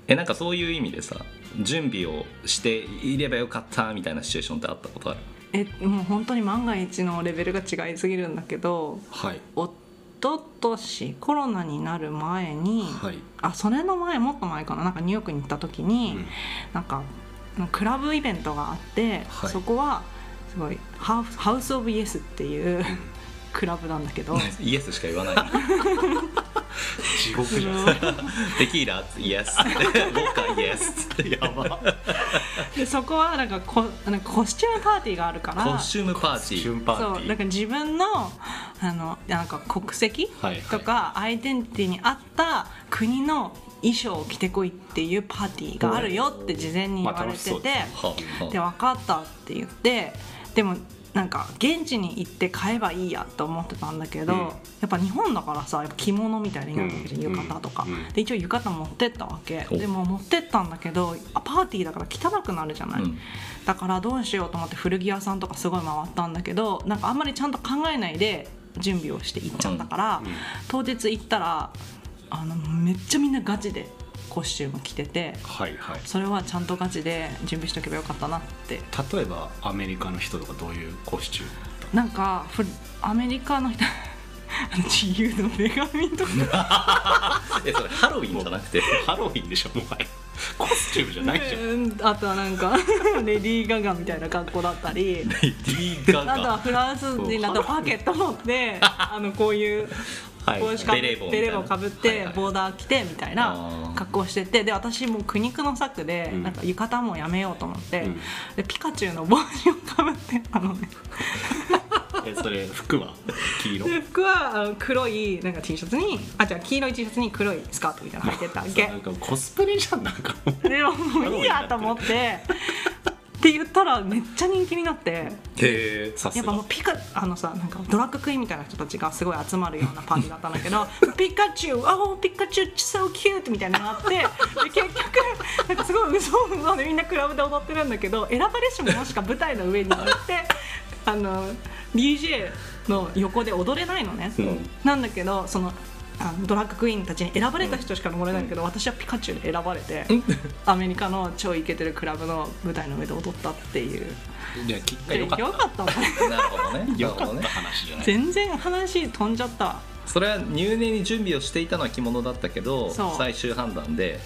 Speaker 2: えなんかそういう意味でさ準備をしていればよかったみたいなシチュエーションってあったことある
Speaker 1: えもう本当に万が一のレベルが違いすぎるんだけど
Speaker 3: はい
Speaker 1: おととしコロナになる前に、
Speaker 3: はい
Speaker 1: あそれの前もっと前かななんかニューヨークに行った時に、
Speaker 3: うん
Speaker 1: なんかクラブイベントがあって、
Speaker 3: はい
Speaker 1: そこはすごいハーフハウス・オブ・イエスっていうクラブなんだけど
Speaker 2: イエスしか言わない
Speaker 3: 地獄じゃん
Speaker 2: テキーライエスウォッカイエス
Speaker 3: やば
Speaker 1: でそこはなんかこなんかコスチュームパーティーがあるから
Speaker 2: コスチュームパーティー
Speaker 3: 瞬パー
Speaker 1: そ
Speaker 3: ティ
Speaker 1: う
Speaker 3: ー
Speaker 1: だから自分のあのなんか国籍
Speaker 3: はいはい
Speaker 1: とかアイデンティティに合った国の衣装を着てこいっていうパーティーがあるよって事前に言われてて、
Speaker 3: まあ楽しそうですね
Speaker 2: はあ
Speaker 1: で
Speaker 2: は
Speaker 1: 分かったって言ってでもなんか現地に行って買えばいいやと思ってたんだけど、
Speaker 3: うん
Speaker 1: やっぱ日本だからさやっぱ着物みたいになってるじゃん
Speaker 3: うん
Speaker 1: 浴衣とか、
Speaker 3: うん
Speaker 1: で一応浴衣持ってったわけ
Speaker 2: お
Speaker 1: でも持ってったんだけどあパーティーだから汚くなるじゃな
Speaker 2: あ
Speaker 1: い、
Speaker 2: うん
Speaker 1: だからどうしようと思って古着屋さんとかすごい回ったんだけどなんかあんまりちゃんと考えないで準備をして行っちゃったから、
Speaker 3: うんうん
Speaker 1: 当日行ったらあのめっちゃみんなガチでコスチューム着てて
Speaker 3: はいはい
Speaker 1: それはちゃんとガチで準備しとけばよかったなって
Speaker 3: 例えばアメリカの人とかどういうコスチューム
Speaker 1: なんかふアメリカの人 あの自由の女神とか
Speaker 2: えそれハロウィンじゃなくて
Speaker 3: ハロウィンでしょもはやコス YouTube じゃないじゃん
Speaker 1: うんあとはなんか レディー・ガガみたいな格好だったり
Speaker 2: レディー・ガ
Speaker 1: あとは
Speaker 2: ガ
Speaker 1: フランス人なんかバケット持って あのこういう
Speaker 2: はい
Speaker 1: 帽子かぶっ
Speaker 2: ベレー帽みたいな
Speaker 1: ベレー帽かぶっ
Speaker 2: はい
Speaker 1: て
Speaker 2: はい
Speaker 1: ボーダー着てみたい
Speaker 2: あ
Speaker 1: な
Speaker 2: ー
Speaker 1: 格好しててで私もう苦肉の策で
Speaker 3: うん
Speaker 1: なんか浴衣もやめようと思って
Speaker 3: うん
Speaker 1: でピカチュウの帽子をかぶってあのね
Speaker 3: えそれ服は黄色
Speaker 1: で服はあの黒いなんか T シャツにあじゃ黄色い T シャツに黒いスカートみたいなの履いて ったわけ
Speaker 3: なんかコスプレじゃんなんかもう
Speaker 1: でももういいやと思ってって言ったらめっちゃ人気になって
Speaker 2: へえ
Speaker 3: さす
Speaker 1: やっぱもう
Speaker 3: が
Speaker 1: ピカあのさなんかドラッグクイーンみたいな人たちがすごい集まるようなパーティーだったんだけど ピカチュウあピカチュウ so cute みたいになってで結局なんかすごい嘘嘘でみんなクラブで踊ってるんだけど選ばれし者しか舞台の上に乗ってあの DJ の横で踊れないのね。
Speaker 3: うん
Speaker 1: なんだけどそのあのドラッグクイーンたちに選ばれた人しか登れないけど、私はピカチュウで選ばれて、アメリカの超イケてるクラブの舞台の上で踊ったっていう
Speaker 3: じゃあきっかけよかった
Speaker 1: よかったね
Speaker 2: なるほどね
Speaker 3: よか
Speaker 2: なるほどね
Speaker 3: った話じゃない
Speaker 1: 全然話飛んじゃったわ
Speaker 2: それは入念に準備をしていたのは着物だったけど
Speaker 1: そう
Speaker 2: 最終判断で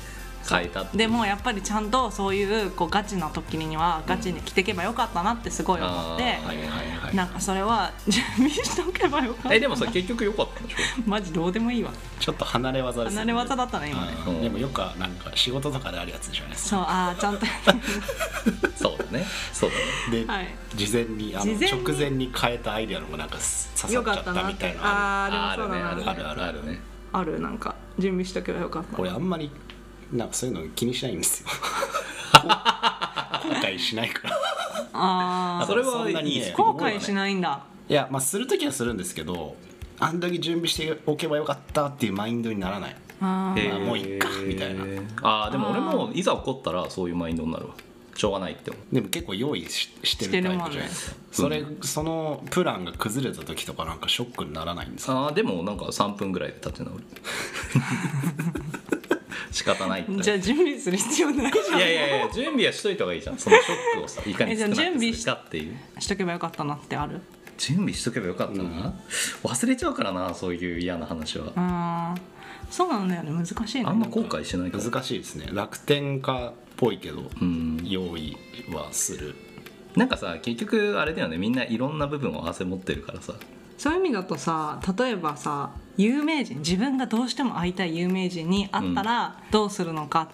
Speaker 2: 変えたっていう
Speaker 1: でもやっぱりちゃんとそういうこうガチな時にはガチに着てけばよかったなってすごい思って、
Speaker 2: あーはいはいはい
Speaker 1: なんかそれは準備しておけばよかった
Speaker 2: えでもさ結局良かったんでし ょ
Speaker 1: マジどうでもいいわ
Speaker 3: ちょっと離れ技ですね
Speaker 1: 離れ技だったね今ね
Speaker 3: あーでもよくはなんか仕事とかであるやつじゃないですか
Speaker 1: そうああちゃんと
Speaker 2: そうだねそうだね
Speaker 3: で、
Speaker 1: はい
Speaker 3: 事前にあの
Speaker 1: 事前に
Speaker 3: 直前に変えたアイデアのもなんか刺さ
Speaker 1: よ
Speaker 3: っちゃ
Speaker 1: か
Speaker 3: っ
Speaker 1: ったな
Speaker 3: たみ
Speaker 1: って
Speaker 3: たいなのあ
Speaker 1: ああ
Speaker 2: あ
Speaker 1: でも
Speaker 2: る
Speaker 1: そう
Speaker 2: ね
Speaker 1: だな
Speaker 2: ある
Speaker 3: あ
Speaker 2: あ
Speaker 3: る
Speaker 2: るある
Speaker 3: あるあ
Speaker 2: あ
Speaker 3: る
Speaker 2: るね
Speaker 1: あるなんか準備しとけばよかった
Speaker 3: 俺あんまりなんかそういうの気にしないん ですよ 後悔しないから
Speaker 1: あ
Speaker 2: それはいい
Speaker 3: そんなに
Speaker 2: ね
Speaker 3: ー
Speaker 1: 後悔しないんだ
Speaker 3: いやまあする時はするんですけどあんだけ準備しておけばよかったっていうマインドにならない
Speaker 1: あー
Speaker 2: へー
Speaker 3: もういっかみたいな
Speaker 2: あーでも俺もいざ起こったらそういうマインドになるわしょうがないって思う
Speaker 3: でも結構用意ししてるタイプじゃないですか、それそのプランが崩れた時とかなんかショックにならないんですか
Speaker 2: あーでもなんか3分ぐらいで立ち 直る仕方ないって
Speaker 1: じゃあ準備する必要ないじゃん
Speaker 2: いやいやいや準備はしといた方がいいじゃんそのショックをさいか に
Speaker 1: えじゃ
Speaker 2: 少
Speaker 1: あ
Speaker 2: な
Speaker 1: 準
Speaker 2: く
Speaker 1: 備
Speaker 2: す
Speaker 1: し
Speaker 2: るかっていう
Speaker 1: しとけばよかったなってある
Speaker 2: 準備しとけばよかったな、忘れちゃうからなそういう嫌な話は
Speaker 1: あーそうなんだよね難しいね
Speaker 2: あんま後悔しないから
Speaker 3: 難しいですね楽天家っぽいけど、
Speaker 2: うん
Speaker 3: 用意はする
Speaker 2: なんかさ結局あれだよねみんないろんな部分を汗持ってるからさ
Speaker 1: そういう意味だとさ例えばさ有名人自分がどうしても会いたい有名人に会ったらどうするのか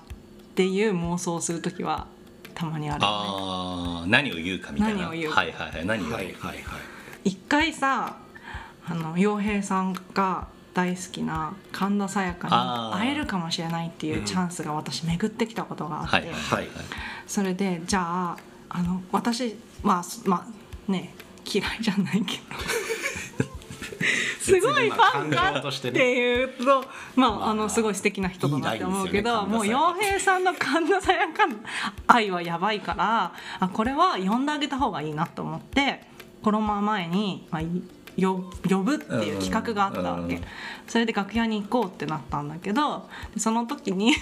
Speaker 1: っていう妄想をする時はたまにあるよね
Speaker 2: あー何を言うかみたいな
Speaker 1: 何を言うか
Speaker 2: はいはいはい何を言う、
Speaker 3: はい
Speaker 1: 一回さあの洋平さんが大好きな神田沙也加
Speaker 2: あー
Speaker 1: に会えるかもしれないっていうチャンスが私巡ってきたことがあって、
Speaker 2: はいはいはい
Speaker 1: それでじゃああの私まあすまあね嫌いじゃない けどすごいファン
Speaker 3: 別にまあ感情
Speaker 1: か
Speaker 3: と
Speaker 1: っ
Speaker 3: して
Speaker 1: て
Speaker 3: ね
Speaker 1: いうとま
Speaker 3: まあ
Speaker 1: ああのすごい素敵な人だなって思うけ
Speaker 3: いい
Speaker 1: ど
Speaker 3: ライン
Speaker 1: も
Speaker 3: ですよね
Speaker 1: う洋平さんの神田沙也加の愛はやばいからあこれは呼んであげた方がいいなと思ってコロナ前に、まあ、いよ呼ぶっていう企画があったわけ、
Speaker 2: うん
Speaker 1: それで楽屋に行こうってなったんだけどでその時に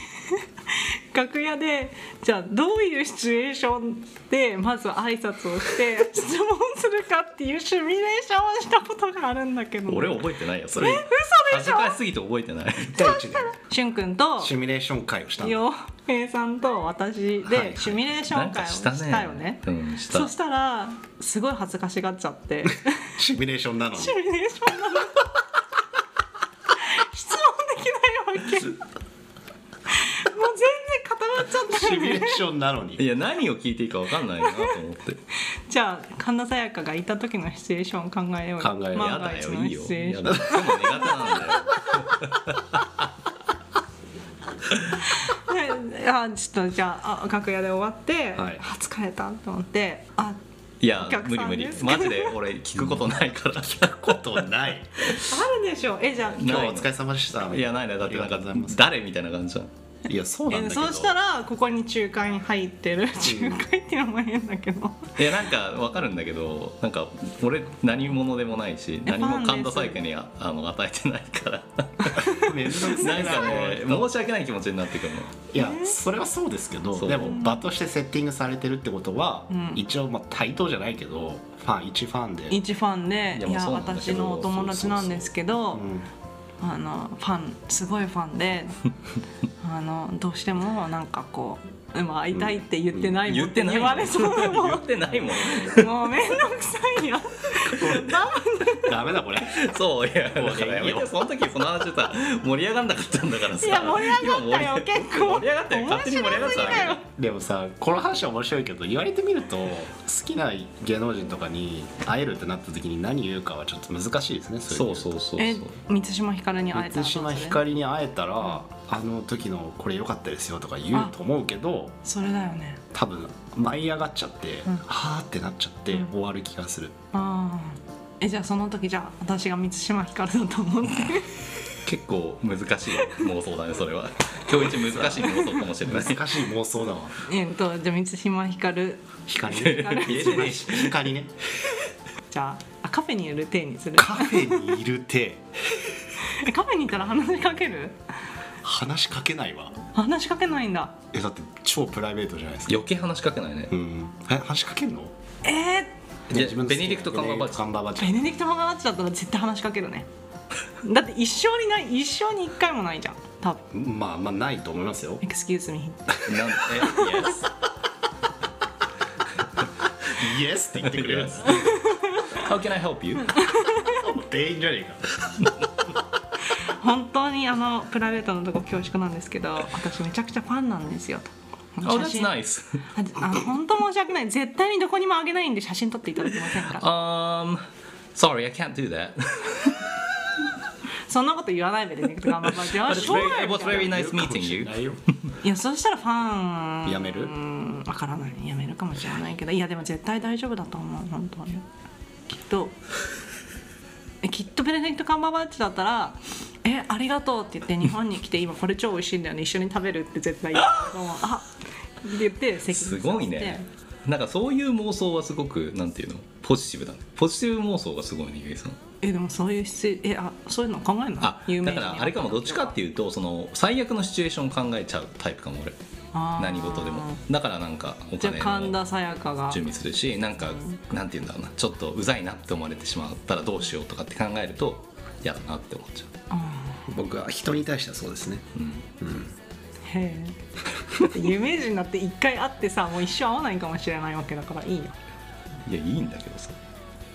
Speaker 1: 楽屋でじゃあどういうシチュエーションでまず挨拶をして質問するかっていうシミュレーションをしたことがあるんだけど、
Speaker 2: 俺覚えてないよそれ
Speaker 1: 嘘で
Speaker 2: 恥
Speaker 1: し
Speaker 2: ず
Speaker 1: ょ
Speaker 2: かしすぎて覚えてない
Speaker 3: 1対1で
Speaker 1: しゅんくんと
Speaker 3: シミュレーション会をしたんだ
Speaker 1: 洋平さんと私
Speaker 3: はいはい
Speaker 1: でシミュレーショ
Speaker 2: な
Speaker 1: ン
Speaker 2: ん
Speaker 1: 会を
Speaker 2: か
Speaker 1: し
Speaker 2: したね
Speaker 1: たよね。
Speaker 2: うんした
Speaker 1: そしたらすごい恥ずかしがっちゃって。
Speaker 3: シミュレーションなのに
Speaker 1: シミュレーションなの質問できないわけもう全然固まっちゃった
Speaker 3: シ
Speaker 1: よ
Speaker 3: ミュレ
Speaker 1: ね
Speaker 3: ーションなのに
Speaker 2: いや何を聞いていいか分かんないなと思って
Speaker 1: じゃあ神田沙也加がいた時のシチュエーションを考えようよ
Speaker 3: 考えよう
Speaker 2: や
Speaker 1: 万が
Speaker 2: だ
Speaker 1: 一
Speaker 2: よ
Speaker 1: の
Speaker 2: いい
Speaker 1: シ
Speaker 2: よ
Speaker 1: チュエーショ
Speaker 2: や
Speaker 1: ン
Speaker 2: だでも苦手なんだよ
Speaker 1: であちょっとじゃああ楽屋で終わって、
Speaker 3: はい
Speaker 1: あ疲れたと思ってあ
Speaker 2: いや
Speaker 1: お客
Speaker 2: 無理
Speaker 1: さん
Speaker 2: 無理
Speaker 1: です
Speaker 2: マジで俺聞くことないから
Speaker 3: ことない
Speaker 1: あるでしょえじゃあ
Speaker 3: 今日お疲れ様でした
Speaker 2: いやないねだってなん
Speaker 3: あ
Speaker 2: か
Speaker 3: りがとうございま
Speaker 2: 誰みたいな感じじゃん
Speaker 3: すいやそうなんだ
Speaker 1: え
Speaker 3: けど
Speaker 1: そうしたらここに仲介に入ってる仲介って名前変だけど
Speaker 2: いやなんか分かるんだけどなんか俺何者でもないし
Speaker 1: え
Speaker 2: 何も
Speaker 1: ファ
Speaker 2: 神
Speaker 1: ン
Speaker 2: 田
Speaker 1: です
Speaker 2: 沙也加にああの与えてないから
Speaker 3: めんどくさ
Speaker 2: ないん
Speaker 3: な
Speaker 2: かね
Speaker 3: もう
Speaker 2: 申し訳ない気持ちになってくるの
Speaker 3: いやそれはそうですけど
Speaker 2: そう
Speaker 3: でも場としてセッティングされてるってことは、
Speaker 1: うん
Speaker 3: 一応まあ対等じゃないけどファン一ファンで、うん、
Speaker 1: 一ファンで
Speaker 2: い
Speaker 1: い
Speaker 2: や
Speaker 1: や
Speaker 2: もうそうなんだけど
Speaker 1: 私のお友達なんですけど
Speaker 3: う
Speaker 1: あのファンすごいファンであのどうしてもなんかこうまあ痛いって言ってないも
Speaker 2: 言
Speaker 1: ん
Speaker 2: っ
Speaker 1: ってて
Speaker 2: ない
Speaker 1: 言
Speaker 2: もん
Speaker 1: われそうだもん
Speaker 2: 言ってないもん
Speaker 1: もうめんどくさいよ
Speaker 3: ダメだこれ
Speaker 2: そういやだ
Speaker 3: もう
Speaker 2: から
Speaker 3: いい
Speaker 2: やめ
Speaker 3: よ
Speaker 2: てその時この話さ盛り上がんなかったんだからさ
Speaker 1: いや盛り上がったよ
Speaker 2: 今盛り
Speaker 1: 結構
Speaker 2: 盛り上がったよ勝手に盛り上がってただけだよ
Speaker 3: でもさこの話は面白いけど言われてみると好きな芸能人とかに会えるってなった時に何言うかはちょっと難しいですねそい
Speaker 2: そうそう
Speaker 3: 意味で
Speaker 2: そうそう
Speaker 1: え満島ひかるに会えたら
Speaker 3: 満島ひかりに会えたら「あの時のこれ良かったですよ」とか言うと思うけど
Speaker 1: それだよね
Speaker 3: 多分舞い上がっちゃって「
Speaker 1: うん
Speaker 3: はあ」ってなっちゃって
Speaker 1: うん
Speaker 3: 終わる気がする、
Speaker 1: ああえじゃあその時じゃあ私が満島ひかるだと思って
Speaker 2: 結構難しい妄想だねそれは今日一難しい妄想かもしれない
Speaker 3: 難しい妄想だわ
Speaker 1: えっとじゃあ満島ひかる
Speaker 3: 光ね光ね
Speaker 1: じゃああカフェにいる体にする
Speaker 3: カフェにいる手
Speaker 1: えカフェにいたら話しかける
Speaker 3: 話しかけないわ
Speaker 1: 話しかけないんだ
Speaker 3: えだって超プライベートじゃないですか
Speaker 2: 余計話しかけないね
Speaker 3: うんえ話しかけんの
Speaker 1: えー、
Speaker 2: いや
Speaker 3: 自分の好きな
Speaker 2: ベネディクトカンバーバッチ
Speaker 3: ベネディクトカンバー
Speaker 1: ベネディクト・バカ
Speaker 3: バッチ
Speaker 1: バッチだったら絶対話しかけるねだって一生にない一生に一回もないじゃん多分
Speaker 3: まあまあないと思い ますよ
Speaker 1: エクスキューズミ
Speaker 2: なんえ yes
Speaker 3: イエスって言ってくれる
Speaker 2: How can I help you?
Speaker 3: 店員じゃねえか
Speaker 1: 本当にあのプライベートのとこ恐縮なんですけど私めちゃくちゃファンなんですよと
Speaker 2: Oh,
Speaker 1: 写
Speaker 2: that's
Speaker 1: 真あ
Speaker 2: nice.
Speaker 1: あ本当申し訳ない絶対にどこにもあげないんで写真撮っていただけませんか
Speaker 2: Um, sorry, I can't do that.
Speaker 1: そんなこと言わないベネディクト・カンバーバッチ
Speaker 2: But
Speaker 1: は
Speaker 2: it's
Speaker 1: 将
Speaker 2: very,
Speaker 1: 来
Speaker 2: it was
Speaker 1: みた
Speaker 2: very
Speaker 1: いな
Speaker 2: nice meeting you.
Speaker 1: いやそしたらファン
Speaker 3: やめる
Speaker 1: うんわからないやめるかもしれないけどいやでも絶対大丈夫だと思う本当にきっとえきっとベネディクト・カンバーバッチだったら「えありがとう」って言って日本に来 て今これ超美味しいんだよね一緒に食べるって絶対言うと思うあって言って席に座
Speaker 2: す
Speaker 1: って
Speaker 2: ごいね。なんかそういう妄想はすごくなんていうのポジティブだね。ポジティブ妄想がすごいねゆいさん。
Speaker 1: えでもそういう必要えあそういうの考えるの
Speaker 2: あ
Speaker 1: 有名
Speaker 2: だ
Speaker 1: 人
Speaker 2: か
Speaker 1: に
Speaker 2: らあれかもどっちかっていうとその最悪のシチュエーション考えちゃうタイプかも俺
Speaker 1: あー
Speaker 2: 何事でもだからなんかお
Speaker 1: じゃあ
Speaker 2: 金
Speaker 1: 神
Speaker 2: の
Speaker 1: 田沙也加が
Speaker 2: 準備するしなんかなんていうんだろうなちょっとうざいなって思われてしまったらどうしようとかって考えると嫌だなって思っちゃ
Speaker 3: 僕は人に対してはそうですね
Speaker 2: う、うん、
Speaker 1: へえ だって有名人になって一回会ってさもう一生会わないかもしれないわけだからいいよ
Speaker 2: いやいいんだけどさ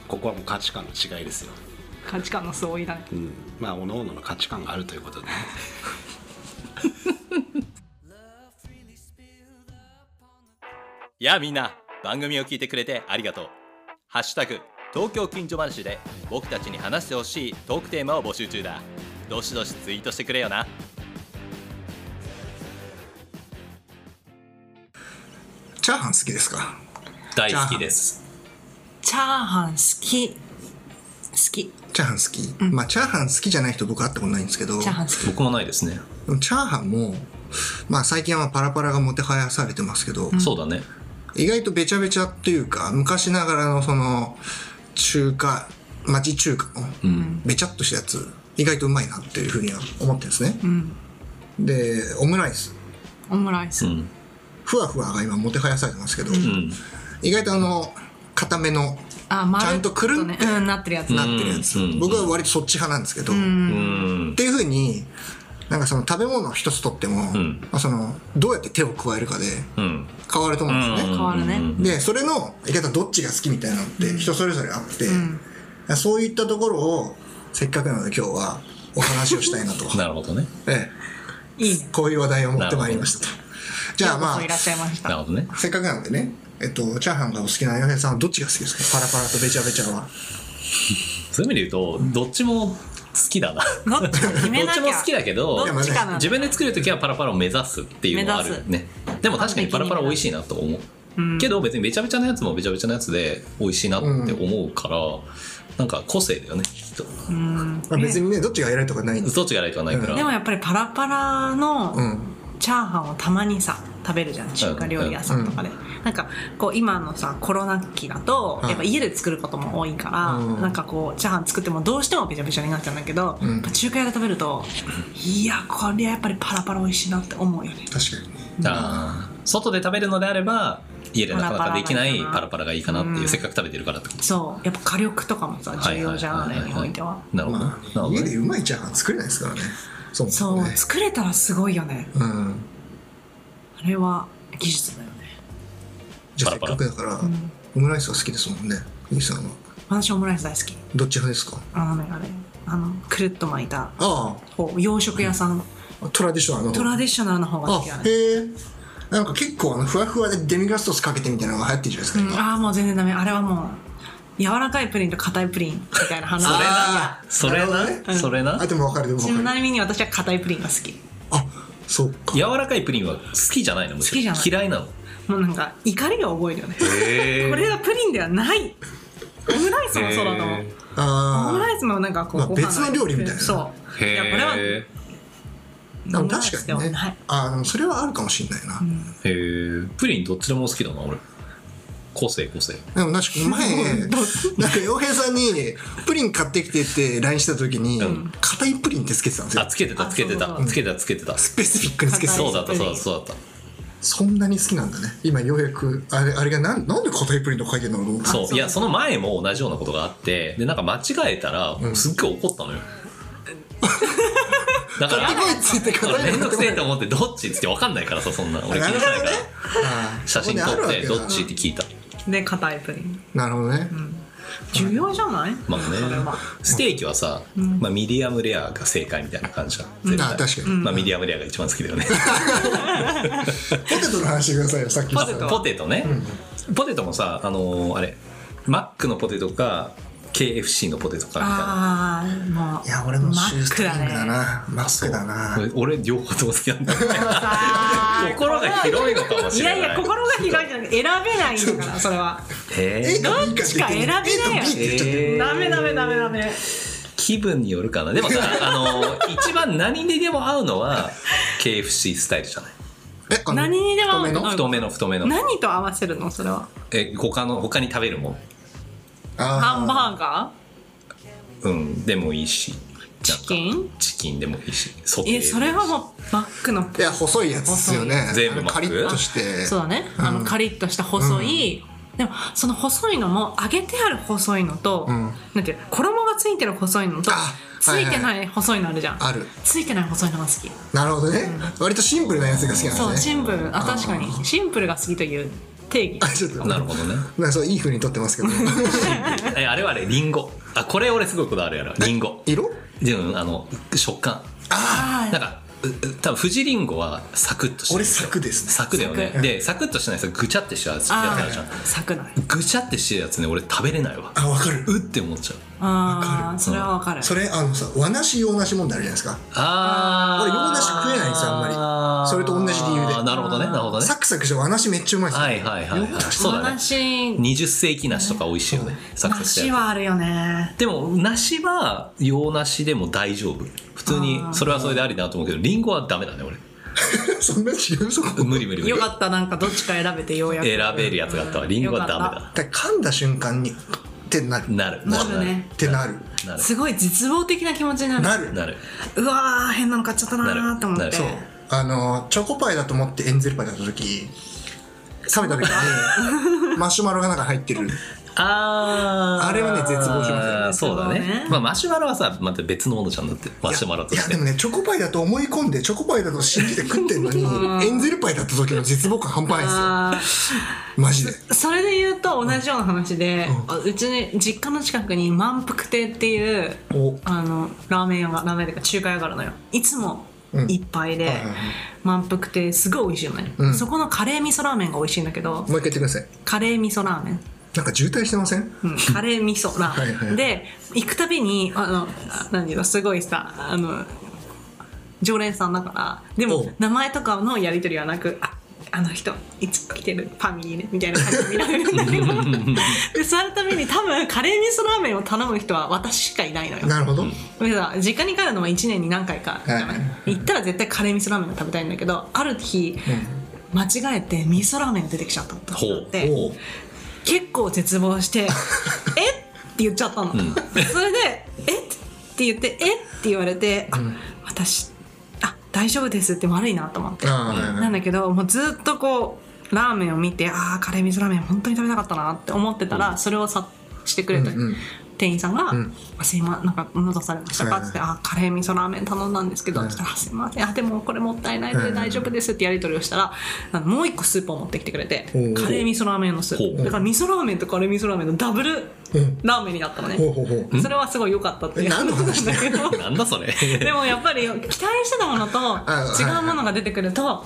Speaker 3: ここはもう価値観の違いですよ、
Speaker 1: 価値観の相違だね
Speaker 3: うん、まあ各々の価値観があるということでね
Speaker 2: やあみんな番組を聞いてくれてありがとう「ハッシュタグ東京近所話」で僕たちに話してほしいトークテーマを募集中だどしどしツイートしてくれよな
Speaker 4: チャーハン好きですか
Speaker 2: 大
Speaker 4: 好きです
Speaker 1: チャーハン好き好き
Speaker 4: チャーハン好き、まあチャーハン好きじゃない人僕会ったことないんですけど
Speaker 1: チャーハン好
Speaker 2: 僕もないですね、
Speaker 4: でもチャーハンもまあ最近はまあパラパラがもてはやされてますけど、
Speaker 2: そうだね
Speaker 4: 意外とべちゃべちゃっていうか昔ながらのその中華町中華のべちゃっとしたやつ、意外とうまいなっていうふうには思ってるんですね、でオムライス
Speaker 1: きオムライス、
Speaker 2: ん
Speaker 4: ふわふわが今もてはやされてますけど、
Speaker 2: うん
Speaker 4: 意外とあの固めの
Speaker 1: あ丸
Speaker 4: ちゃんとくるんって
Speaker 1: っとねうん、なってるやつ
Speaker 4: なってるやつ、
Speaker 2: うんうん
Speaker 4: 僕は割とそっち派なんですけど、
Speaker 2: うん
Speaker 4: っていうふうになんかその食べ物一つとっても、
Speaker 2: ん
Speaker 4: まあ、そのどうやって手を加えるかで
Speaker 2: うん
Speaker 4: 変わると思うんですよね。
Speaker 1: 変わるね、
Speaker 4: でそれの言い方どっちが好きみたいなのって人それぞれあって、そういったところをせっかくなので今日はお話をしたいなと、
Speaker 2: なるほどね
Speaker 4: え
Speaker 1: いいね
Speaker 4: え、こういう話題を持ってまいりましたと。じゃあま
Speaker 1: そういらっしゃいまし た
Speaker 2: なるほどね
Speaker 4: あせっかくなのでね、えっと、チャーハンがお好きな洋平さんはどっちが好きですかパラパラとべちゃべちゃは。
Speaker 2: そういう意味で言うとどっちも好きだな
Speaker 1: どっちか決め
Speaker 2: ど
Speaker 1: なき
Speaker 2: っち
Speaker 1: ゃ
Speaker 2: も好きだけど
Speaker 4: で
Speaker 1: ど
Speaker 4: も
Speaker 1: っちかな
Speaker 2: 自分で作る時はパラパラを目指すっていうのはあるねでも確かにパラパラ美味しいなと思う、けど別にべちゃべちゃなやつもべちゃべちゃなやつで美味しいなって思うから、なんか個性だよねきっと
Speaker 4: まあ、別にね、どっちが偉いとかないんです。
Speaker 2: どっちがいいかないから、
Speaker 1: でもやっぱりパラパラ
Speaker 4: う
Speaker 1: の
Speaker 4: ん。
Speaker 1: チャーハンをたまにさ食べるじゃん中華料理屋さんとかで、なんかこう今のさコロナ期だと
Speaker 4: うん
Speaker 1: やっぱ家で作ることも多いから、
Speaker 4: うん
Speaker 1: なんかこうチャーハン作ってもどうしてもべちゃべちゃになっちゃうんだけど、
Speaker 4: ん
Speaker 1: やっぱ中華屋で食べるといやこれやっぱりパラパラ美味しいなって思うよね
Speaker 4: 確かにね。
Speaker 2: あー外で食べるのであれば家でなかなかできないパラパラがいいかなっていう、
Speaker 1: うん
Speaker 2: せっかく食べてるからってこと
Speaker 1: そうやっぱ火力とかもさ重要じゃんあれにおいては
Speaker 2: なるほど、
Speaker 4: ま
Speaker 2: なる
Speaker 4: あ、
Speaker 2: ほど
Speaker 4: 家
Speaker 2: ね
Speaker 4: でうまいチャーハン作れないですからね。そうも
Speaker 1: そ
Speaker 4: も
Speaker 1: う
Speaker 4: ね
Speaker 1: 作れたらすごいよね
Speaker 4: うん。
Speaker 1: あれは
Speaker 3: 技術だよね
Speaker 4: じゃあせ
Speaker 2: パ
Speaker 4: っ
Speaker 2: ラパ
Speaker 4: か
Speaker 2: ラ
Speaker 4: くだから、
Speaker 1: うん
Speaker 4: オムライスが好きですもんねゆうさんは
Speaker 1: 私オムライス大好き
Speaker 4: どっち派ですか
Speaker 1: あのねあれあのくるっと巻いた
Speaker 4: あ
Speaker 1: 方洋食屋さん、
Speaker 4: あトラディショナルの
Speaker 1: トラディショナルの方が
Speaker 4: あ
Speaker 1: 好きだね
Speaker 4: へえなんか結構あのふわふわでデミグラスソースかけてみたいなのが流行ってるじゃないですか、
Speaker 1: うん、ああもう全然ダメあれはもう柔らかいプリンと硬いプリンみたいな話そ
Speaker 4: あー
Speaker 2: それな
Speaker 4: るほどね
Speaker 2: それな
Speaker 4: あでも分かるでも
Speaker 1: ち
Speaker 4: 分か
Speaker 1: な
Speaker 4: る
Speaker 1: みに私は硬いプリンが好き
Speaker 4: あそうか
Speaker 2: 柔らかいプリンは好きじゃないのむしろ
Speaker 1: 好きじゃない
Speaker 2: 嫌いなの
Speaker 1: もうなんか怒りが覚えるよね
Speaker 2: へ
Speaker 1: これはプリンではないオムライスもそうだと思うオム
Speaker 4: あ
Speaker 1: ライスもなんかこう、
Speaker 4: まあ
Speaker 1: ご飯
Speaker 4: 別の料理みたいな
Speaker 1: そうい
Speaker 2: へ
Speaker 1: やこれは
Speaker 2: え
Speaker 1: オムライスではな
Speaker 4: あでも確かにね
Speaker 1: い
Speaker 4: あでもそれはあるかもしれないな、
Speaker 2: へえプリンどっちでも好きだな俺個性個性
Speaker 4: でも確かに前 なんか洋平さんにプリン買ってきてって LINE した時に
Speaker 2: ん
Speaker 4: 硬いプリンってつけてたんです
Speaker 2: あ
Speaker 4: よ
Speaker 2: つけてたつけて
Speaker 1: あ
Speaker 2: た
Speaker 1: そう
Speaker 2: つけてたつけてた
Speaker 4: スペシフィックにつけてた
Speaker 2: そうだった
Speaker 1: プリ
Speaker 2: そ
Speaker 1: ン
Speaker 2: うだったそうだっ
Speaker 4: そんなに好きなんだね今ようやくあれあれがなんなんで硬いプリンとか書いてるのと思ったて
Speaker 2: そういやその前も同じようなことがあってでなんか間違えたらすっごい怒ったのよ、だから
Speaker 4: 買ってこいっつって
Speaker 2: 俺
Speaker 4: 硬い
Speaker 2: めん
Speaker 4: の
Speaker 2: どく
Speaker 4: 買ってこ
Speaker 2: せ
Speaker 4: い
Speaker 2: えと思ってどっちっつって分かんないからさそんな俺気にしないから
Speaker 4: あー
Speaker 2: 写真撮
Speaker 4: ここにある
Speaker 2: っ
Speaker 4: わ
Speaker 2: て
Speaker 4: けだ
Speaker 2: どっちって聞いた
Speaker 1: で硬いプリン
Speaker 4: なるほどね、
Speaker 1: 重要じゃない、
Speaker 2: まあね
Speaker 1: それは
Speaker 2: ステーキはさ、まあ、ミディアムレアが正解みたいな感じだ
Speaker 4: んあ確かに
Speaker 2: まあ、ミディアムレアが一番好きだよね
Speaker 4: ポテトの話してくださいよさっき
Speaker 2: ポ
Speaker 4: の
Speaker 2: テトポテトね、ポテトもさあのーあれマックのポテトか KFC のポテトかみたいな
Speaker 1: ああもう
Speaker 4: いや俺
Speaker 1: マ
Speaker 4: もシュー
Speaker 1: ッ
Speaker 4: ス
Speaker 1: ク
Speaker 4: トリン
Speaker 1: だ
Speaker 4: グだ
Speaker 1: ね
Speaker 4: なマックだな
Speaker 2: 俺俺両方とも好きなんだ よね
Speaker 1: あー
Speaker 2: 心が広いのかもし
Speaker 1: い
Speaker 2: れな
Speaker 1: や
Speaker 2: い
Speaker 1: いや心が広いじゃなくて選べないんだからそれは
Speaker 2: へー
Speaker 4: A か B かしか言ってな
Speaker 1: ど
Speaker 4: い
Speaker 1: っちか選べない
Speaker 4: A と B って言っちゃってる
Speaker 2: えー
Speaker 1: ダメダメダメダメ
Speaker 2: 気分によるかな でもさあのー一番何にでも合うのは KFC スタイルじゃない
Speaker 4: えあの
Speaker 1: 何にでも合う
Speaker 4: 太め
Speaker 1: う
Speaker 4: の
Speaker 1: ん
Speaker 2: 太めの太めの
Speaker 1: 何と合わせるのそれは
Speaker 2: え他の他に食べるもん
Speaker 4: ハ
Speaker 1: ハンバーガ
Speaker 2: うんでもいいしなんか
Speaker 1: チキン
Speaker 2: チキンでもいいしソテ
Speaker 1: ー
Speaker 2: ー
Speaker 1: えそれはもうマックの
Speaker 4: いや細いやつですよね
Speaker 2: 細い全部マック
Speaker 4: カリッとして
Speaker 1: そうだね、あのカリッとした細い、でもその細いのも揚げてある細いのと、
Speaker 4: うん
Speaker 1: なんていうの衣がついてる細いのと
Speaker 4: あ
Speaker 1: ついてない細いのあるじゃん、
Speaker 4: ある
Speaker 1: ついてない細いのが好き、
Speaker 4: なるほどね、割とシンプルなやつが好きなん
Speaker 1: そう
Speaker 4: ですね
Speaker 1: シンプルあ確かにシンプルが好きという定 義
Speaker 4: あちょっと
Speaker 2: なる ほどね
Speaker 4: なんかそういい風に撮っ てますけど
Speaker 2: えあれはあれリンゴあこれ俺すごいこだわるやろリンゴ
Speaker 4: 色
Speaker 2: でもあの食感
Speaker 1: あ
Speaker 2: なんかうう多分富士リンゴはサクッとしてるん
Speaker 4: 俺
Speaker 2: ですよ
Speaker 4: サクですね
Speaker 2: サクだよね
Speaker 1: サク
Speaker 2: でサクッとしてないさぐちゃってしたやつやつあ
Speaker 1: あ
Speaker 2: るじゃん
Speaker 1: ー咲くない
Speaker 2: ぐちゃってしてるやつね俺食べれないわ
Speaker 4: あわかる
Speaker 2: うって思っちゃう
Speaker 1: あーそれはわかる
Speaker 4: それあのさ和梨洋梨問題あるじゃないですか
Speaker 2: あー
Speaker 4: 俺洋梨食えないんですよあんまりそれと同じ理由で
Speaker 2: あーなるほどねなるほどね
Speaker 4: サクサクして和梨めっちゃうまいですよ
Speaker 2: はいはいはいはいそうだね
Speaker 1: 話
Speaker 2: 20世紀梨とか美味しいよねサクサクして
Speaker 1: 梨はあるよね
Speaker 2: でも梨は洋梨でも大丈夫普通にそれはそれでありだと思うけどリンゴはダメだね俺
Speaker 4: そんな違うそこだか
Speaker 2: 無理無理無理
Speaker 1: よかったなんかどっちか選べてようやく
Speaker 2: 選べるやつがあったわリンゴはダメだ
Speaker 4: ら噛んだ瞬間にってなる
Speaker 2: なる
Speaker 1: なるね
Speaker 4: ってなる
Speaker 2: なる
Speaker 1: すごい絶望的な気持ちになる
Speaker 4: なる
Speaker 2: なる
Speaker 1: うわー変なの買っちゃったなーと思
Speaker 2: な
Speaker 1: っ
Speaker 2: る
Speaker 1: て
Speaker 2: そう
Speaker 4: あのチョコパイだと思ってエンゼルパイだった時食べた時 にマシュマロが中に入ってる
Speaker 2: あー
Speaker 4: あれはね絶望しますよ
Speaker 2: あーそうだ
Speaker 1: そうだ
Speaker 2: ね
Speaker 1: ね
Speaker 2: まあマシュマロはさまた別のものじゃんだってマシュマロと
Speaker 4: いや
Speaker 2: し
Speaker 4: で
Speaker 2: て
Speaker 4: もねチョコパイだと思い込んでチョコパイだと信じて食ってんのにエンゼルパイだった時の絶望感半端ないで
Speaker 1: あ
Speaker 4: すよマジで
Speaker 1: ーそれで言うと同じような話で、あうちに実家の近くに満腹亭っていう
Speaker 4: お
Speaker 1: あのラーメン屋がラーメンというか中華屋があるのよいつも
Speaker 4: うん
Speaker 1: いっぱいで、
Speaker 4: はいはいはい
Speaker 1: 満腹亭すごい美味しいよね、
Speaker 4: うん
Speaker 1: そこのカレー味噌ラーメンが美味しいんだけど
Speaker 4: もう一回言ってください
Speaker 1: カレー味噌ラーメン
Speaker 4: なんか渋滞してません
Speaker 1: うんカレー味噌な
Speaker 4: はいはい
Speaker 1: で行くたびにあのあ何ていうのすごいさあの常連さんだからで
Speaker 4: お
Speaker 1: も
Speaker 4: う
Speaker 1: 名前とかのやり取りはなく「ああの人いつも来てるファミリーね」みたいな感じで見られるんだけど でそのために多分カレー味噌ラーメンを頼む人は私しかいないのよ
Speaker 4: なるほど
Speaker 1: でさ実家に帰るのは1年に何回かじゃない、
Speaker 4: はい
Speaker 1: 行ったら絶対カレー味噌ラーメンが食べたいんだけどある日、間違えて味噌ラーメンが出てきちゃったって
Speaker 2: ほ
Speaker 1: なっ
Speaker 2: う
Speaker 1: て
Speaker 2: ほう
Speaker 1: 結構絶望 して「えっ?」て言っちゃったの、それで「えっ?」て言って「えっ?」て言われて「あ私あ大丈夫です」って悪いなと思って、
Speaker 4: あーはいはい
Speaker 1: なんだけどもうずっとこうラーメンを見てああカレー味噌ラーメン本当に食べたかったなって思ってたら、それを察してくれた、
Speaker 4: うんうん
Speaker 1: 店員さんが「
Speaker 4: うん
Speaker 1: すいませんなんか喉されましたか?」
Speaker 4: はい
Speaker 1: って「あカレー味噌ラーメン頼んだんですけど」
Speaker 4: はい
Speaker 1: って言ったらあ「すいませんあでもこれもったいないの
Speaker 4: は
Speaker 1: で
Speaker 4: い
Speaker 1: 大丈夫です」ってやり取りをしたらあのもう一個スープを持ってきてくれて
Speaker 4: おー
Speaker 1: カレー味噌ラーメンのスー
Speaker 2: ほ
Speaker 1: プ
Speaker 2: う
Speaker 1: だから味噌ラーメンとカレー味噌ラーメンのダブル
Speaker 4: うん
Speaker 1: ラーメンになったのね
Speaker 4: ほうほうほう
Speaker 1: それはすごい良かったっていう
Speaker 4: え何の話
Speaker 1: だけど
Speaker 2: なんだそ れ
Speaker 1: でもやっぱり期待してたものと違うものが出てくると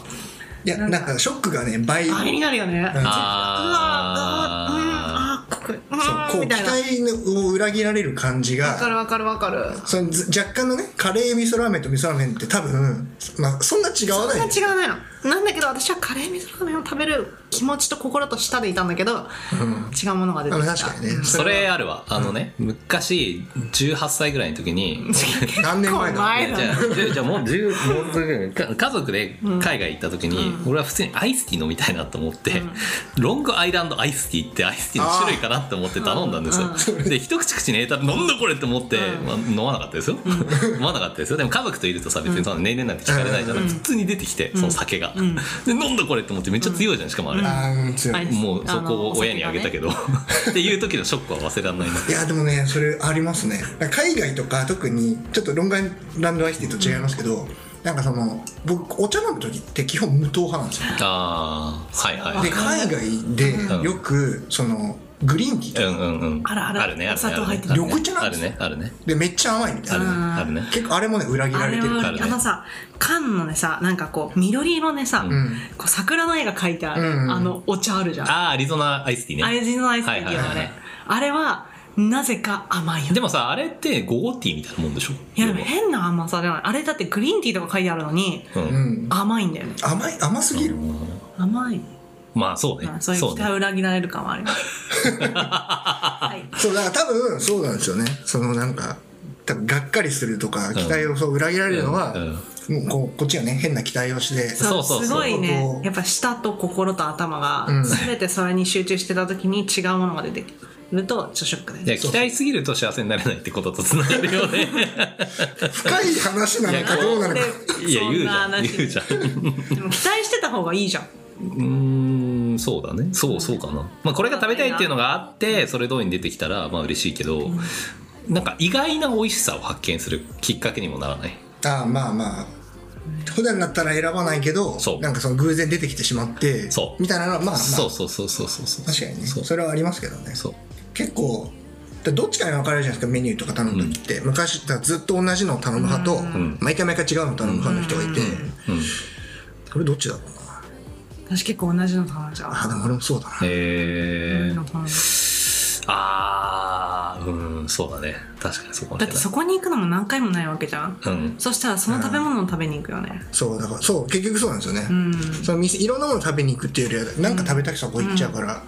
Speaker 4: いやなんかショックがね倍
Speaker 1: あれになるよね。うわ
Speaker 2: あ
Speaker 1: あーうんあーここ
Speaker 4: そ
Speaker 1: うん
Speaker 4: うこう
Speaker 1: み
Speaker 4: 期
Speaker 1: たいな。わ
Speaker 4: 待を裏切られる感じ
Speaker 1: か
Speaker 4: が
Speaker 1: るわかるわかる。
Speaker 4: そのず若干のねカレー味噌ラーメンと味噌ラーメンって多分、まあ、そんな違わ
Speaker 1: そん
Speaker 4: な
Speaker 1: ない違わないの。なんだけど私はカレー味噌ラーメンを食べる気持ちと心と舌でいたんだけど、違うものが出て
Speaker 4: あ
Speaker 1: き
Speaker 4: の
Speaker 1: た。
Speaker 4: 確かにね
Speaker 2: それあるわあのね、昔18歳ぐらいの時 に
Speaker 4: 何年前だ
Speaker 1: 怖い
Speaker 2: じゃあじゃあじゃあもう10もうすぐか家族で海外行った時に、俺は普通にアイスティー飲みたいなと思って、ロングアイランドアイスティーってアイスティーの種類かなって思って頼んだんですよ、で一口口に入れたら「なんだこれ!」って思って、まあ、飲まなかったですよ、飲まなかったですよでも家族といるとさ別にそんな年齢なんて聞かれないじゃない、普通に出てきてその酒が、で飲んだこれって思ってめっちゃ強いじゃんしかもあれ、
Speaker 4: あーうん強い
Speaker 1: はい
Speaker 2: もうそこを親にあげたけど、 っていう時のショックは忘れられないない
Speaker 4: やでもねそれありますね海外とか特にちょっとロングランドアイスティーと違いますけど、なんかその僕お茶飲む時って基本無糖派なんですよ
Speaker 2: ああはいはい
Speaker 4: で海外でよくそのグリーンティー
Speaker 2: うんうんうん
Speaker 1: あるある
Speaker 2: あるねあるね
Speaker 1: お砂糖入って
Speaker 4: る
Speaker 2: あね
Speaker 4: 緑茶な
Speaker 2: あ
Speaker 4: んで
Speaker 2: る
Speaker 4: すよ
Speaker 2: ねあるね
Speaker 4: でめっちゃ甘いみた
Speaker 2: あ
Speaker 4: い
Speaker 2: るね
Speaker 4: な
Speaker 2: あるね
Speaker 4: 結構あれもね裏切ら
Speaker 1: あ
Speaker 4: れ
Speaker 1: れ
Speaker 4: てる
Speaker 1: は
Speaker 2: あるね
Speaker 1: あのさ缶のねさなんかこう緑色でさ、
Speaker 4: ん
Speaker 1: こう桜の絵が描いてある、
Speaker 4: うんうん
Speaker 1: あのお茶あるじゃん。
Speaker 2: ああアリゾナアイスティー
Speaker 1: ア
Speaker 2: ね
Speaker 1: イジのアイスティーのあれ、
Speaker 2: はいはいはい
Speaker 1: あれはなぜか甘いよね
Speaker 2: でもさあれってゴゴティーみたいなもんでしょ
Speaker 1: いやでも変な甘さじゃないあれだってグリーンティーとか書いてあるのに
Speaker 2: うん
Speaker 4: うん
Speaker 1: 甘いんだよね
Speaker 4: 甘い甘すぎる
Speaker 1: 甘い、
Speaker 2: まあそうね
Speaker 1: まあそういう
Speaker 2: そう
Speaker 1: 期
Speaker 2: ね
Speaker 1: 待を裏切られる感はありますはい
Speaker 4: そうだから多分そうなんですよねそのなんか多分がっかりするとか期待をそう裏切られるのは、もうこうこっちがね変な期待をして
Speaker 2: そうそうそう
Speaker 1: すごい
Speaker 4: こ
Speaker 1: ね
Speaker 4: こ
Speaker 1: やっぱ舌と心と頭が
Speaker 4: うん
Speaker 1: 全てそれに集中してた時に違うものが出てくるとちょっとショックだよ
Speaker 2: で
Speaker 1: ね
Speaker 2: 期待すぎると幸せになれないってこととつながるよね
Speaker 4: 深い話なのかどうなのか
Speaker 2: いや
Speaker 1: そ
Speaker 2: 言うんじ
Speaker 1: な
Speaker 2: ゃん
Speaker 1: 話
Speaker 2: 言うじゃん
Speaker 1: でも期待してた方がいいじゃん
Speaker 2: うーんそうだねそうそうかな、まあ、これが食べたいっていうのがあってそれ通りに出てきたらまあ嬉しいけど、なんか意外な美味しさを発見するきっかけにもならない
Speaker 4: ああまあまあ普段だったら選ばないけど
Speaker 2: そう
Speaker 4: なんかその偶然出てきてしまって
Speaker 2: そう
Speaker 4: みたいなのはまあ、まあ、
Speaker 2: そうそうそうそうそうそう
Speaker 4: 確かにね
Speaker 2: そう
Speaker 4: そ
Speaker 2: そう
Speaker 4: れはありますけどね
Speaker 2: そう
Speaker 4: 結構だどっちかに分かれるじゃないですかメニューとか頼む時って、昔だからずっと同じのを頼む派と、毎回毎回違うのを頼む派の人がいて、
Speaker 2: うん
Speaker 4: これどっちだろうな
Speaker 1: 私結構同じの頼んじゃう
Speaker 4: あでも俺もそうだな
Speaker 1: 同
Speaker 2: え
Speaker 1: じ
Speaker 2: ー
Speaker 1: の、頼んじゃ
Speaker 2: ああうんそうだね確かにそうかも
Speaker 1: う
Speaker 2: し
Speaker 1: だ
Speaker 2: れ
Speaker 1: っ
Speaker 2: な
Speaker 1: て
Speaker 2: い
Speaker 1: そこに行くのも何回もないわけじゃん
Speaker 2: うん
Speaker 1: そしたらその食べ物を食べに行くよね
Speaker 4: そうだからそう結局そうなんですよね、
Speaker 1: うん
Speaker 4: その店いろんなもの食べに行くっていうよりはなんか食べたくてそこ行っちゃうから、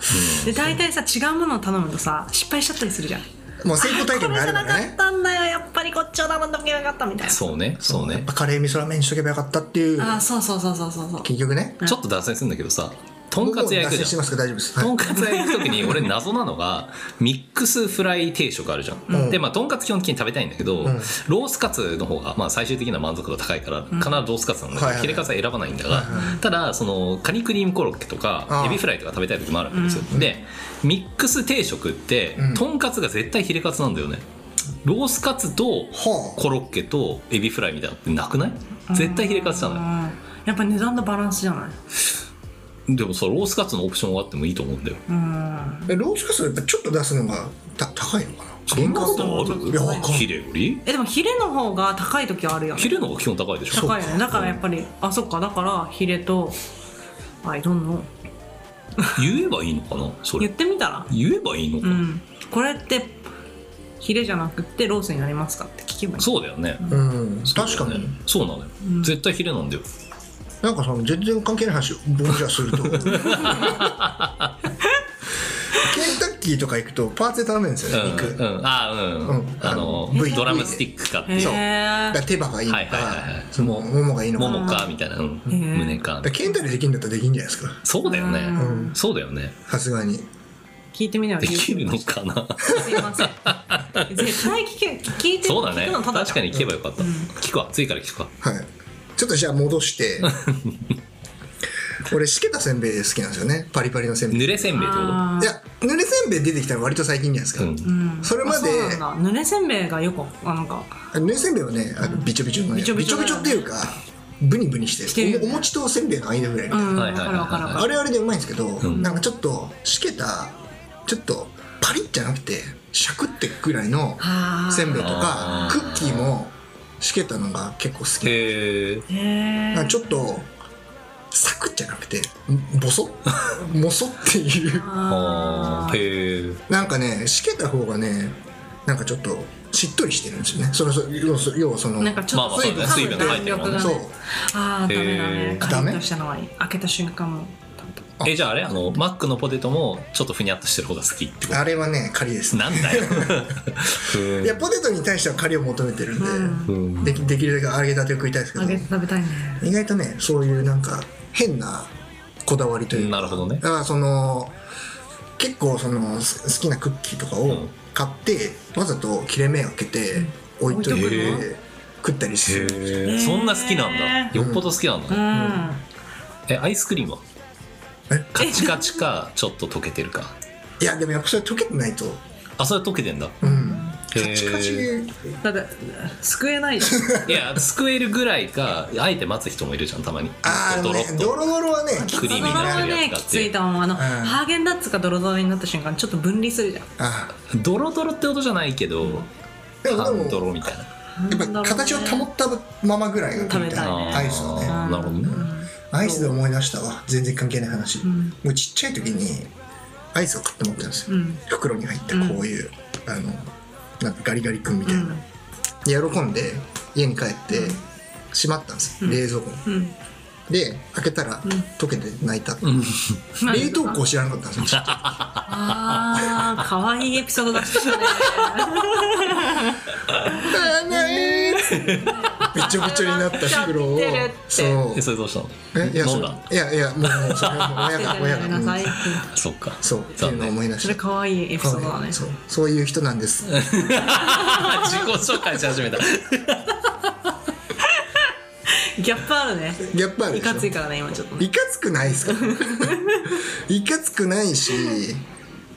Speaker 1: で大体さ違うものを頼むとさ失敗しちゃったりするじゃん
Speaker 4: もう成功体
Speaker 1: こ
Speaker 4: 験
Speaker 1: れ
Speaker 4: があ
Speaker 1: じゃ
Speaker 4: るか
Speaker 1: な
Speaker 4: ら
Speaker 1: かっ
Speaker 4: ね
Speaker 1: たんだよやっぱりこっちを頼んどけばよかったみたいな
Speaker 2: そうねそう
Speaker 4: やっ
Speaker 2: ね
Speaker 4: ぱカレー味噌ラーメンにしとけばよかったっていう
Speaker 1: ああそうそうそうそうそうそう
Speaker 4: 結局ね
Speaker 2: ちょっと脱線するんだけどさとんかつ屋行く
Speaker 4: 僕も脱線し
Speaker 2: じ
Speaker 4: て
Speaker 2: ゃん
Speaker 4: ますけど大丈夫です、はい
Speaker 2: とんかつ屋行く時に俺謎なのがミックスフライ定食あるじゃん、
Speaker 4: うん
Speaker 2: でまあとんかつ基本的に食べたいんだけど、
Speaker 4: ん
Speaker 2: ロースカツの方がまあ最終的な満足度高いから必ずロースカツなんだけ
Speaker 4: はい
Speaker 2: ど、
Speaker 4: はいはい
Speaker 2: ヒレカツは選ばないんだが、ただそのカニクリームコロッケと
Speaker 4: あ
Speaker 2: か
Speaker 4: あ
Speaker 2: エビフライとか食べたい時もあるわけですよ、でミックス定食って、
Speaker 4: うん
Speaker 2: とんかつが絶対ヒレカツなんだよねロースカツと
Speaker 4: ほう
Speaker 2: コロッケとエビフライみたいなのってなくない絶対ヒレカツじゃ
Speaker 1: う
Speaker 2: なん
Speaker 1: やっぱ値段のバランスじゃない
Speaker 2: いでもさロースカツのオプションがあってもいいと思うんだよ
Speaker 1: うん
Speaker 4: えロースカツはやっぱちょっと出すのがた高いのかな
Speaker 2: そんなことあ
Speaker 4: いやわか
Speaker 2: る
Speaker 4: んない
Speaker 2: ヒレより
Speaker 1: えでもヒレの方が高い時はあるよね
Speaker 2: ヒレの方が基本高いでしょ
Speaker 1: 高いよねだからやっぱりあそっかだからヒレとあいどんの
Speaker 2: 言えばいいのかなそ
Speaker 1: 言
Speaker 2: れ
Speaker 1: ってみたら
Speaker 2: 言えばいいのか
Speaker 1: う
Speaker 2: な、
Speaker 1: んこれってヒレじゃなくってロースになりますかって聞けばいい
Speaker 2: そうだよね、
Speaker 4: うん
Speaker 2: そうだ
Speaker 4: 確
Speaker 2: よね
Speaker 4: かに
Speaker 2: そうなのよ、絶対ヒレなんだよ
Speaker 4: なんかその全然関係ない話を僕じゃするとケンタッキーとか行くとパーツで頼めるんです
Speaker 2: う
Speaker 4: よ
Speaker 2: ん
Speaker 4: ね、肉
Speaker 2: うんあうん、
Speaker 4: うん
Speaker 2: あの
Speaker 4: あの V
Speaker 2: ドラムスティックかって
Speaker 1: へ
Speaker 2: いう
Speaker 4: そう
Speaker 1: え
Speaker 4: だから手羽がいいのか、
Speaker 2: はいはいはいはい
Speaker 4: そのももがいいのか
Speaker 2: も
Speaker 4: だか
Speaker 2: もかみたいな、うん、
Speaker 1: ん
Speaker 2: 胸か
Speaker 4: らケンタでできるんだったらできるんじゃないですか
Speaker 2: そうだよね、
Speaker 1: う
Speaker 2: そうだよね
Speaker 4: さすがに
Speaker 1: 聞いてみれば
Speaker 2: できるのかな
Speaker 1: すいません。 絶対聞け聞いて
Speaker 2: そうだね
Speaker 1: 聞くのただじ
Speaker 2: 確
Speaker 1: ゃん
Speaker 2: かに聞けばよかった、聞くわ次から聞くわ
Speaker 4: はいちょっとじゃあ戻して俺しけたせんべい好きなんですよねパリパリのせんべい
Speaker 2: 濡れせんべいってこと
Speaker 1: あ
Speaker 4: いや濡れせんべい出てきたの割と最近じゃないですか、
Speaker 2: うん
Speaker 1: ーうん
Speaker 4: それまで
Speaker 1: あそうなんだ濡れせんべいがよくあなんか
Speaker 4: 濡れせんべいはねあのびちょびちょのね
Speaker 1: びちょびちょだよね
Speaker 4: っていうかブニブニして
Speaker 1: してるよね
Speaker 4: おお餅とせんべいの間ぐらいみ
Speaker 1: う
Speaker 4: たいな、
Speaker 1: ん
Speaker 2: は
Speaker 1: わ
Speaker 2: いはい
Speaker 1: か
Speaker 2: はいはい
Speaker 1: るわかるわか
Speaker 4: あ
Speaker 1: る
Speaker 4: れはあれでうまいんですけど、
Speaker 2: ん
Speaker 4: なんかちょっとしけたちょっとパリッじゃなくてシャクってぐらいの
Speaker 1: あ
Speaker 4: せんべいと
Speaker 2: あ
Speaker 4: か
Speaker 2: ー
Speaker 4: クッキーもしけたのが結構好き
Speaker 2: へえ
Speaker 1: べいへ
Speaker 4: な
Speaker 1: え
Speaker 4: んかちょっとサクッじゃなくてんボソ モソっていう
Speaker 2: あーへえ
Speaker 4: なんかねしけた方がねなんかちょっとしっとりしてるんですよねそれそ要はそ要はその
Speaker 1: なんかちょっと
Speaker 2: まあまあそう
Speaker 1: 多分
Speaker 2: だね水分入ってるもんね
Speaker 1: 弾
Speaker 4: そう
Speaker 1: 力がねあーダメだ
Speaker 2: へ
Speaker 1: ね
Speaker 2: ー
Speaker 1: カリッとしたのはいい開けた瞬間も
Speaker 2: えじゃああれあのマックのポテトもちょっとふにゃっとしてる方が好きってこ
Speaker 4: あれはね仮です
Speaker 2: となんだ よ
Speaker 4: いやポテトに対しては仮を求めてるんで、
Speaker 2: うん
Speaker 4: できできるだけ揚げたてを食いたいですけど
Speaker 1: 揚げて食べたいね
Speaker 4: 意外とねそういうなんか変なこだわりというか
Speaker 2: なるほどね
Speaker 4: だからその結構そのす好きなクッキーとか
Speaker 2: うん
Speaker 4: を買って、わざと切れ目を開けて置いとい
Speaker 1: 置いとく
Speaker 4: て
Speaker 1: の
Speaker 4: 食ったりする
Speaker 2: へえそんな好きなんだよっぽど好きなん
Speaker 1: う
Speaker 2: だ
Speaker 1: ん
Speaker 2: えアイスクリームは
Speaker 4: え
Speaker 2: カチカチかちょっと溶けてるか
Speaker 4: いやでもやっぱそれ溶けてないと
Speaker 2: あそれ溶けて んだ
Speaker 4: うん
Speaker 2: へ
Speaker 4: カ
Speaker 2: ー
Speaker 4: チカチ
Speaker 1: だって救えないじゃん
Speaker 2: いや救えるぐらいかあえて待つ人もいるじゃんたまに
Speaker 4: あーあ
Speaker 2: ド
Speaker 4: の
Speaker 2: ロ
Speaker 4: ね
Speaker 2: ッ
Speaker 4: ド
Speaker 2: と
Speaker 4: ロドロはねき
Speaker 2: クリーミーにな
Speaker 1: は
Speaker 2: るや
Speaker 1: ね
Speaker 2: つだって
Speaker 1: きついと思うあの、ハーゲンダッツがドロドロになった瞬間ちょっと分離するじゃん
Speaker 4: あ
Speaker 2: ドロドロってことじゃないけど
Speaker 4: でも
Speaker 2: 半
Speaker 4: で
Speaker 2: ド
Speaker 4: も
Speaker 2: ロみたいな
Speaker 4: やっぱ形を保ったままぐらいが食い
Speaker 1: 食べ
Speaker 4: たい
Speaker 1: たいね
Speaker 4: アイスをね
Speaker 2: あーなるほどね
Speaker 4: アイスで思い出したわ全然関係ない話、
Speaker 1: ん
Speaker 4: もうちっちゃい時にアイスを買って持ってるんですよ、
Speaker 1: うん
Speaker 4: 袋に入ったこういう、あのなんかガリガリ君みたいな、で喜んで家に帰ってしまったんですよ、冷蔵庫に、
Speaker 1: ん
Speaker 4: で開けたら溶けて泣いた、冷凍庫を知らなかったんですよ ちっちゃ
Speaker 1: ああ可愛いエピソード出してたね
Speaker 4: いびちょびちょになった袋を
Speaker 1: なっちゃってるって
Speaker 4: そう
Speaker 2: えそれどうしたの
Speaker 4: えいや
Speaker 2: 飲
Speaker 4: そ
Speaker 2: ん
Speaker 4: れ
Speaker 2: だ
Speaker 4: いやいやもうもうそれは もう親が親が、うん
Speaker 2: そっか
Speaker 4: そうってい
Speaker 2: 残
Speaker 4: うのを
Speaker 2: 念
Speaker 4: 思い出し
Speaker 1: そ
Speaker 4: た
Speaker 1: れ可愛いエピソードだね
Speaker 4: そうそういう人なんです
Speaker 2: あ 自己紹介し始めた
Speaker 1: ギャップあるね
Speaker 4: やっぱある
Speaker 1: い
Speaker 4: でしょ
Speaker 1: かついからね今ちょっとね
Speaker 4: いかつくないです かいかつくないし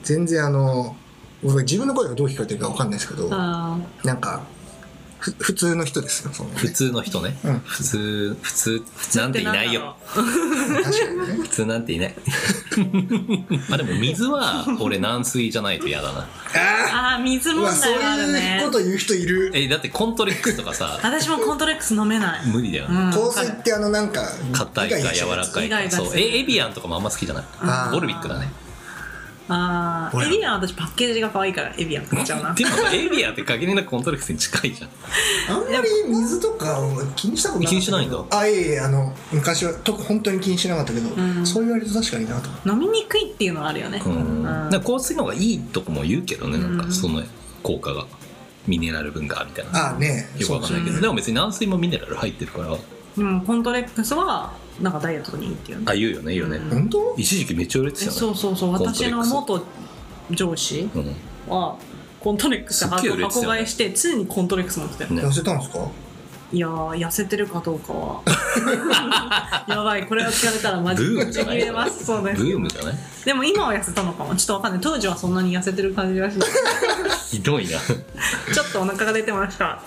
Speaker 4: 全然あの僕自分の声がどう聞こえてるかわかんないですけどな
Speaker 1: あ
Speaker 4: んかふ普通の人ですよそのね
Speaker 2: 普通の人ね
Speaker 4: うん
Speaker 2: 普通普通なんていないよ
Speaker 4: 確かにね
Speaker 2: 普通なんてい ないあでも水は俺軟水じゃないと嫌だな
Speaker 1: ああ水
Speaker 4: う
Speaker 1: 問
Speaker 4: わそう
Speaker 1: 題はある
Speaker 4: い
Speaker 1: ね
Speaker 4: うこと言う人いる
Speaker 2: えだってコントレックスとかさ
Speaker 1: 私もコントレックス飲めない
Speaker 2: 無理だよね
Speaker 1: ん
Speaker 4: 香水ってあのなんか
Speaker 2: 硬いか柔らかい
Speaker 1: イライ
Speaker 2: か
Speaker 1: ラす
Speaker 2: そ
Speaker 1: る
Speaker 2: うえエビアンとかもあんま好きじゃな
Speaker 4: あ
Speaker 2: い
Speaker 4: ー
Speaker 2: ボルビックだね
Speaker 1: ああ
Speaker 4: 俺
Speaker 1: エビアンは私パッケージが可愛いからエビアン買っちゃうな
Speaker 2: でもエビアンって限りなくコントレックスに近いじゃん
Speaker 4: あんまり水とかを気にしたことな
Speaker 2: 気
Speaker 4: かったけど
Speaker 2: にしないんだ
Speaker 4: あいえいえあの昔はと本当に気にしなかったけど、そう言われると確かになと思う
Speaker 1: 飲みにくいっていうのはあるよね
Speaker 2: うんなんか香水の方がいいとこも言うけどねなんかその効果がミネラル分がみたいな
Speaker 4: ああね
Speaker 2: よくわかんないけどでも別に軟水もミネラル入ってるから
Speaker 1: でもコントレックスはなんかダイエットにいいっていうね
Speaker 2: あ言うよね言うよね
Speaker 4: 本当
Speaker 2: 一時期めっちゃ売れてた
Speaker 1: え
Speaker 2: よね
Speaker 1: そうそうそう
Speaker 2: コントレック
Speaker 1: 私
Speaker 2: ス
Speaker 1: の元上司
Speaker 2: うん
Speaker 1: はコントレックス
Speaker 2: すっげえ売れてた
Speaker 1: 箱
Speaker 2: よね
Speaker 1: 買いして常にコントレックス持ってたよ
Speaker 2: ね
Speaker 4: 痩せたんですか
Speaker 1: いやー痩せてるかどうかは やばいこれを聞かれたらマ
Speaker 2: ブ
Speaker 1: ジ
Speaker 2: ー
Speaker 1: で
Speaker 2: ムじゃな
Speaker 1: 切
Speaker 2: い
Speaker 1: れますそう
Speaker 2: ブ
Speaker 1: です
Speaker 2: ームじゃない
Speaker 1: でも今は痩せたのかもちょっとわかんない当時はそんなに痩せてる感じらしいち
Speaker 2: ひどいな
Speaker 1: ょっとお腹が出てました
Speaker 4: あ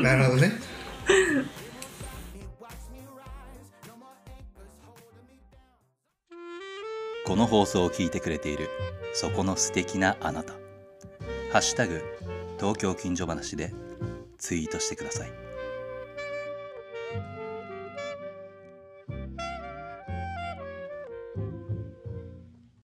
Speaker 4: なるほどね
Speaker 5: この放送を聞いてくれているそこの素敵なあなた「ハッシュタグ東京近所話」でツイートしてください